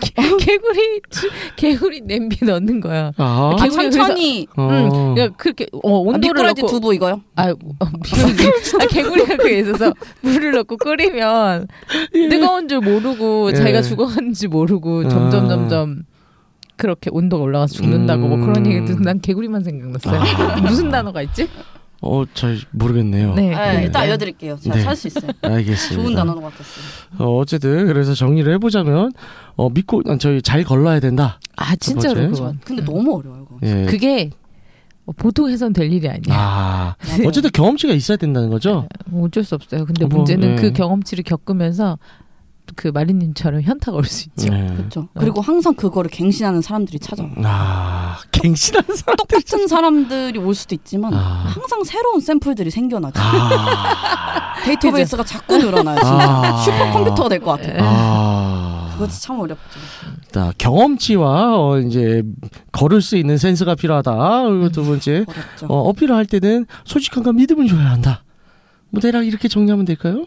D: 개구리 치- 개구리 냄비 넣는 거야.
C: 아,
E: 아,
D: 개구리가
E: 천천히
C: 어.
D: 응, 그러니까 그렇게 어
E: 아,
D: 온도를
E: 미꾸라지
D: 넣고
E: 두부 이거요
D: 아, 어, 미꾸라지. 아 개구리가 그에 있어서 물을 넣고 끓이면 뜨거운 줄 모르고
C: 예.
D: 자기가 죽어가는지 모르고
C: 아.
D: 점점 점점 그렇게 온도가 올라가서 죽는다고 뭐 그런
C: 음.
D: 얘기 듣고 난 개구리만 생각났어요.
C: 아.
D: 무슨 단어가 있지?
C: 어, 잘 모르겠네요.
D: 네.
E: 네, 일단
D: 네.
E: 알려드릴게요 제가
C: 네.
E: 살 수 있어요
C: 알겠습니다.
E: 좋은 단어로 바꿨어요
C: 어, 어쨌든 그래서 정리를 해보자면 어, 믿고 아, 저희 잘 걸러야 된다.
D: 아 진짜로
C: 뭐지?
D: 그건.
E: 근데 너무 어려워요 그거 네.
C: 예.
D: 그게 뭐 보통 해선 될 일이 아니야.
C: 아,
E: 맞아요.
C: 어쨌든 경험치가 있어야 된다는 거죠.
D: 어쩔 수 없어요. 근데
C: 뭐,
D: 문제는
C: 네.
D: 그 경험치를 겪으면서 그 마리님처럼 현타가 올 수 있죠.
C: 네.
E: 그렇죠 그리고 항상 그거를 갱신하는 사람들이 찾아와요
C: 아, 갱신한 사람.
E: 똑같은 사람들이 올 수도 있지만
C: 네. 아.
E: 항상 새로운 샘플들이 생겨나죠. (laughs)
C: 아,
E: 데이터베이스가 자꾸 늘어나요. 진짜
C: 아. 네.
E: 슈퍼컴퓨터가 될 것 같아요.
C: 아,
E: 그거 참 어렵죠.
C: 자, 경험치와 어, 이제 걸을 수 있는 센스가 필요하다. 그리고 두 번째
E: 어렵죠.
C: 어, 어필을 할 때는 솔직함과 믿음을 줘야 한다. 뭐 대략 이렇게 정리하면 될까요? 네.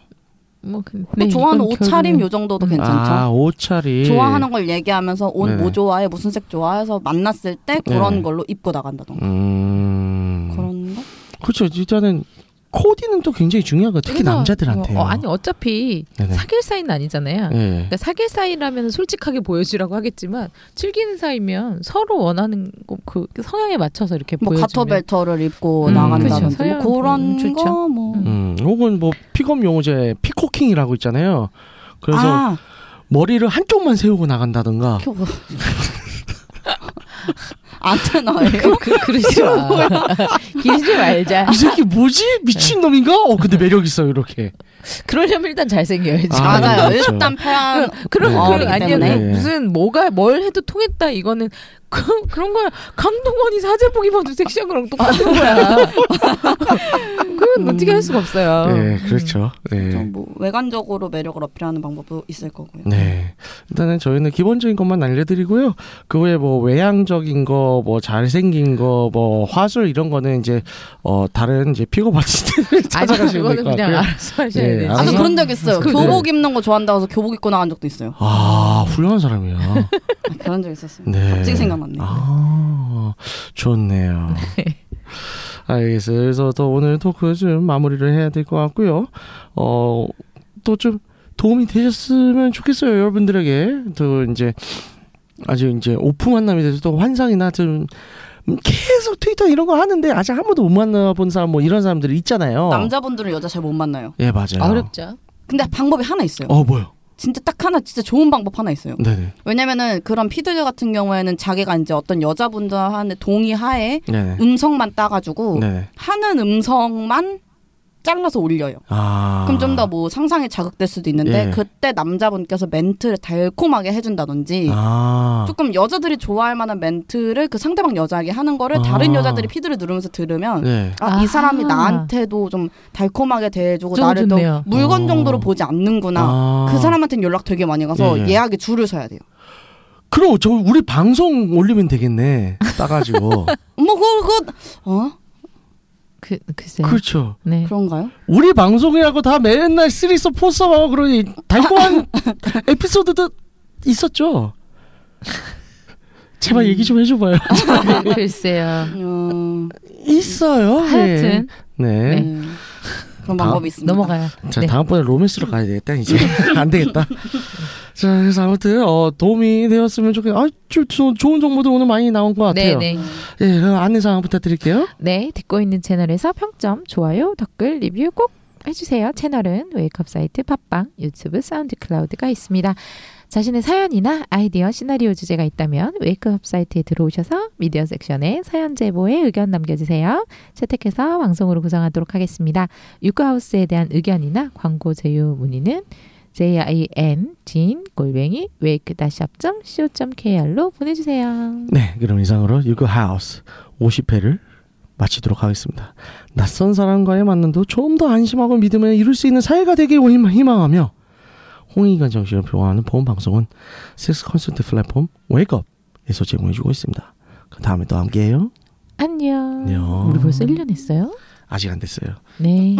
D: 뭐 근데
E: 뭐 좋아하는
D: 이건
E: 옷차림
D: 결국엔-
E: 요 정도도
D: 음.
E: 괜찮죠.
C: 아, 옷차림.
E: 좋아하는 걸 얘기하면서 옷 뭐
C: 네네.
E: 좋아해 무슨 색 좋아해서 만났을 때 그런
C: 네네.
E: 걸로 입고 나간다던가
C: 음.
E: 그런 거?
C: 그렇죠. 일단은 코디는 또 굉장히 중요한 거 특히
D: 그래서
C: 남자들한테.
D: 뭐, 어, 아니 어차피
C: 네네.
D: 사귈 사이는 아니잖아요.
C: 예.
D: 그러니까 사귈 사이라면 솔직하게 보여주라고 하겠지만 즐기는 사이면 서로 원하는 거, 그 성향에 맞춰서 이렇게
E: 뭐
D: 보여주면
E: 가터벨터를
C: 음,
E: 입고
C: 그쵸.
E: 나간다던가
D: 서양
E: 뭐 그런
D: 음, 좋죠.
E: 거 뭐.
D: 음.
C: 음, 혹은 뭐 픽업 용어제 피코킹이라고 있잖아요. 그래서
E: 아,
C: 머리를 한쪽만 세우고 나간다든가.
E: 그 (laughs) 안테나예요.
D: 그,
E: (laughs)
D: 그, 그러지 마. (laughs) 길지 말자.
C: 이 새끼
D: (laughs) 네.
C: 뭐지? 미친 놈인가? 어, 근데 매력 있어 이렇게.
D: 그러려면 일단 잘생겨야지.
C: 아,
E: 맞아요.
C: 그렇죠.
E: 일단 패한
D: 그런
C: 네.
D: 거
C: 어리기
D: 아니야
E: 때문에.
D: 그 무슨 뭐가 뭘 해도 통했다 이거는 그, 그런 거야 강동원이 사제복 입어도 섹시한 거랑 똑같은 (laughs) 거야 그건 어떻게 할 수가 없어요 (laughs)
C: 네, 그렇죠.
E: 그렇죠.
C: 네.
E: 뭐 외관적으로 매력을 어필하는 방법도 있을 거고요.
C: 네. 일단은 저희는 기본적인 것만 알려드리고요. 그 외에 뭐 외향적인 거, 뭐 잘생긴 거, 뭐 화술 이런 거는 이제 어 다른 이제 픽업 아티스트를
D: 아니
C: 찾아가시면
D: 그거는
C: 될것
D: 그냥
C: 같고요.
D: 네, 알아서 하셔야
C: 예,
D: 되지
C: 알아서.
E: 아, 네. 저 그런 적 있어요.
C: 그-
E: 교복 입는 거 좋아한다고 해서 교복 입고 나간 적도 있어요.
C: 아, 훌륭한
E: (laughs)
C: 사람이야.
E: 아, 그런 적 있었어요.
C: 네.
E: 갑자기 생각났네.
C: 아, 좋네요. 알겠어요. 그래서 또 오늘 토크 좀 마무리를 해야 될 것 같고요. 어, 또 좀 도움이 되셨으면 좋겠어요. 여러분들에게. 또 이제 아직 이제 오프 만남이 돼서 또 환상이나 좀 계속 트위터 이런 거 하는데 아직 한 번도 못 만나본 사람 뭐 이런 사람들이 있잖아요.
E: 남자분들은 여자 잘 못 만나요.
C: 예, 맞아요.
D: 어렵죠
E: 근데 방법이 하나 있어요.
C: 어, 뭐요?
E: 진짜 딱 하나, 진짜 좋은 방법 하나 있어요.
C: 네네.
E: 왜냐면은 그런 피드들 같은 경우에는 자기가 이제 어떤 여자분들한테 동의하에
C: 네네.
E: 음성만 따가지고
C: 네네.
E: 하는 음성만 잘라서 올려요.
C: 아.
E: 그럼 좀 더 뭐 상상에 자극될 수도 있는데
C: 예.
E: 그때 남자분께서 멘트를 달콤하게 해준다든지
C: 아.
E: 조금 여자들이 좋아할 만한 멘트를 그 상대방 여자에게 하는 거를
C: 아.
E: 다른 여자들이 피드를 누르면서 들으면
C: 네.
E: 아, 이 사람이
D: 아.
E: 나한테도 좀 달콤하게 대해주고
D: 좀
E: 나를
D: 좋네요.
E: 또 물건
C: 어.
E: 정도로 보지 않는구나.
C: 아.
E: 그 사람한테는 연락 되게 많이 가서
C: 예, 예.
E: 예약에 줄을 서야 돼요.
C: 그럼 저 우리 방송 올리면 되겠네. 따가지고.
E: 뭐 그거 그거- 어
D: 그, 글쎄요
C: 그렇죠.
D: 네.
E: 그런가요?
C: 우리 방송이라고 다 맨날 쓰리서 포서하고 그러니 달콤한 에피소드도 있었죠. 제발 얘기 좀 해줘봐요.
D: 그, (laughs) 글쎄요
E: 음,
C: 있어요.
D: 네. 하여튼
C: 네. 네.
E: 네. 그런
C: 다-
E: 방법이 있습니다.
D: 넘어가요
C: 자
D: 네.
C: 다음번에 로맨스로 가야 되겠다 이제 안 되겠다. 자 그래서 아무튼 어, 도움이 되었으면 좋겠. 아, 저, 저, 좋은 정보도 오늘 많이 나온 것 같아요.
D: 네네
C: 예, 그럼 안내사항 부탁드릴게요.
D: 네, 듣고 있는 채널에서 평점, 좋아요, 댓글, 리뷰 꼭 해주세요. 채널은 웨이크업 사이트 팟빵, 유튜브, 사운드 클라우드가 있습니다. 자신의 사연이나 아이디어, 시나리오 주제가 있다면 웨이크업 사이트에 들어오셔서 미디어 섹션에 사연 제보에 의견 남겨주세요. 채택해서 방송으로 구성하도록 하겠습니다. 유쿠하우스에 대한 의견이나 광고 제휴 문의는 jin 진 골뱅이 wake-up.co.kr로 보내주세요.
C: 네, 그럼 이상으로 유그 하우스 50회를 마치도록 하겠습니다. 낯선 사람과의 만남도 좀 더 안심하고 믿음에 이룰 수 있는 사회가 되길 희망- 희망하며 홍익이가 정신을 표방하는 보험 방송은 섹스 컨설트 플랫폼 웨이크업에서 제공해주고 있습니다. 그 다음에 또 함께해요.
D: 안녕.
C: 안녕.
D: 우리 벌써 1년 했어요? (laughs)
C: 아직 안 됐어요.
D: 네.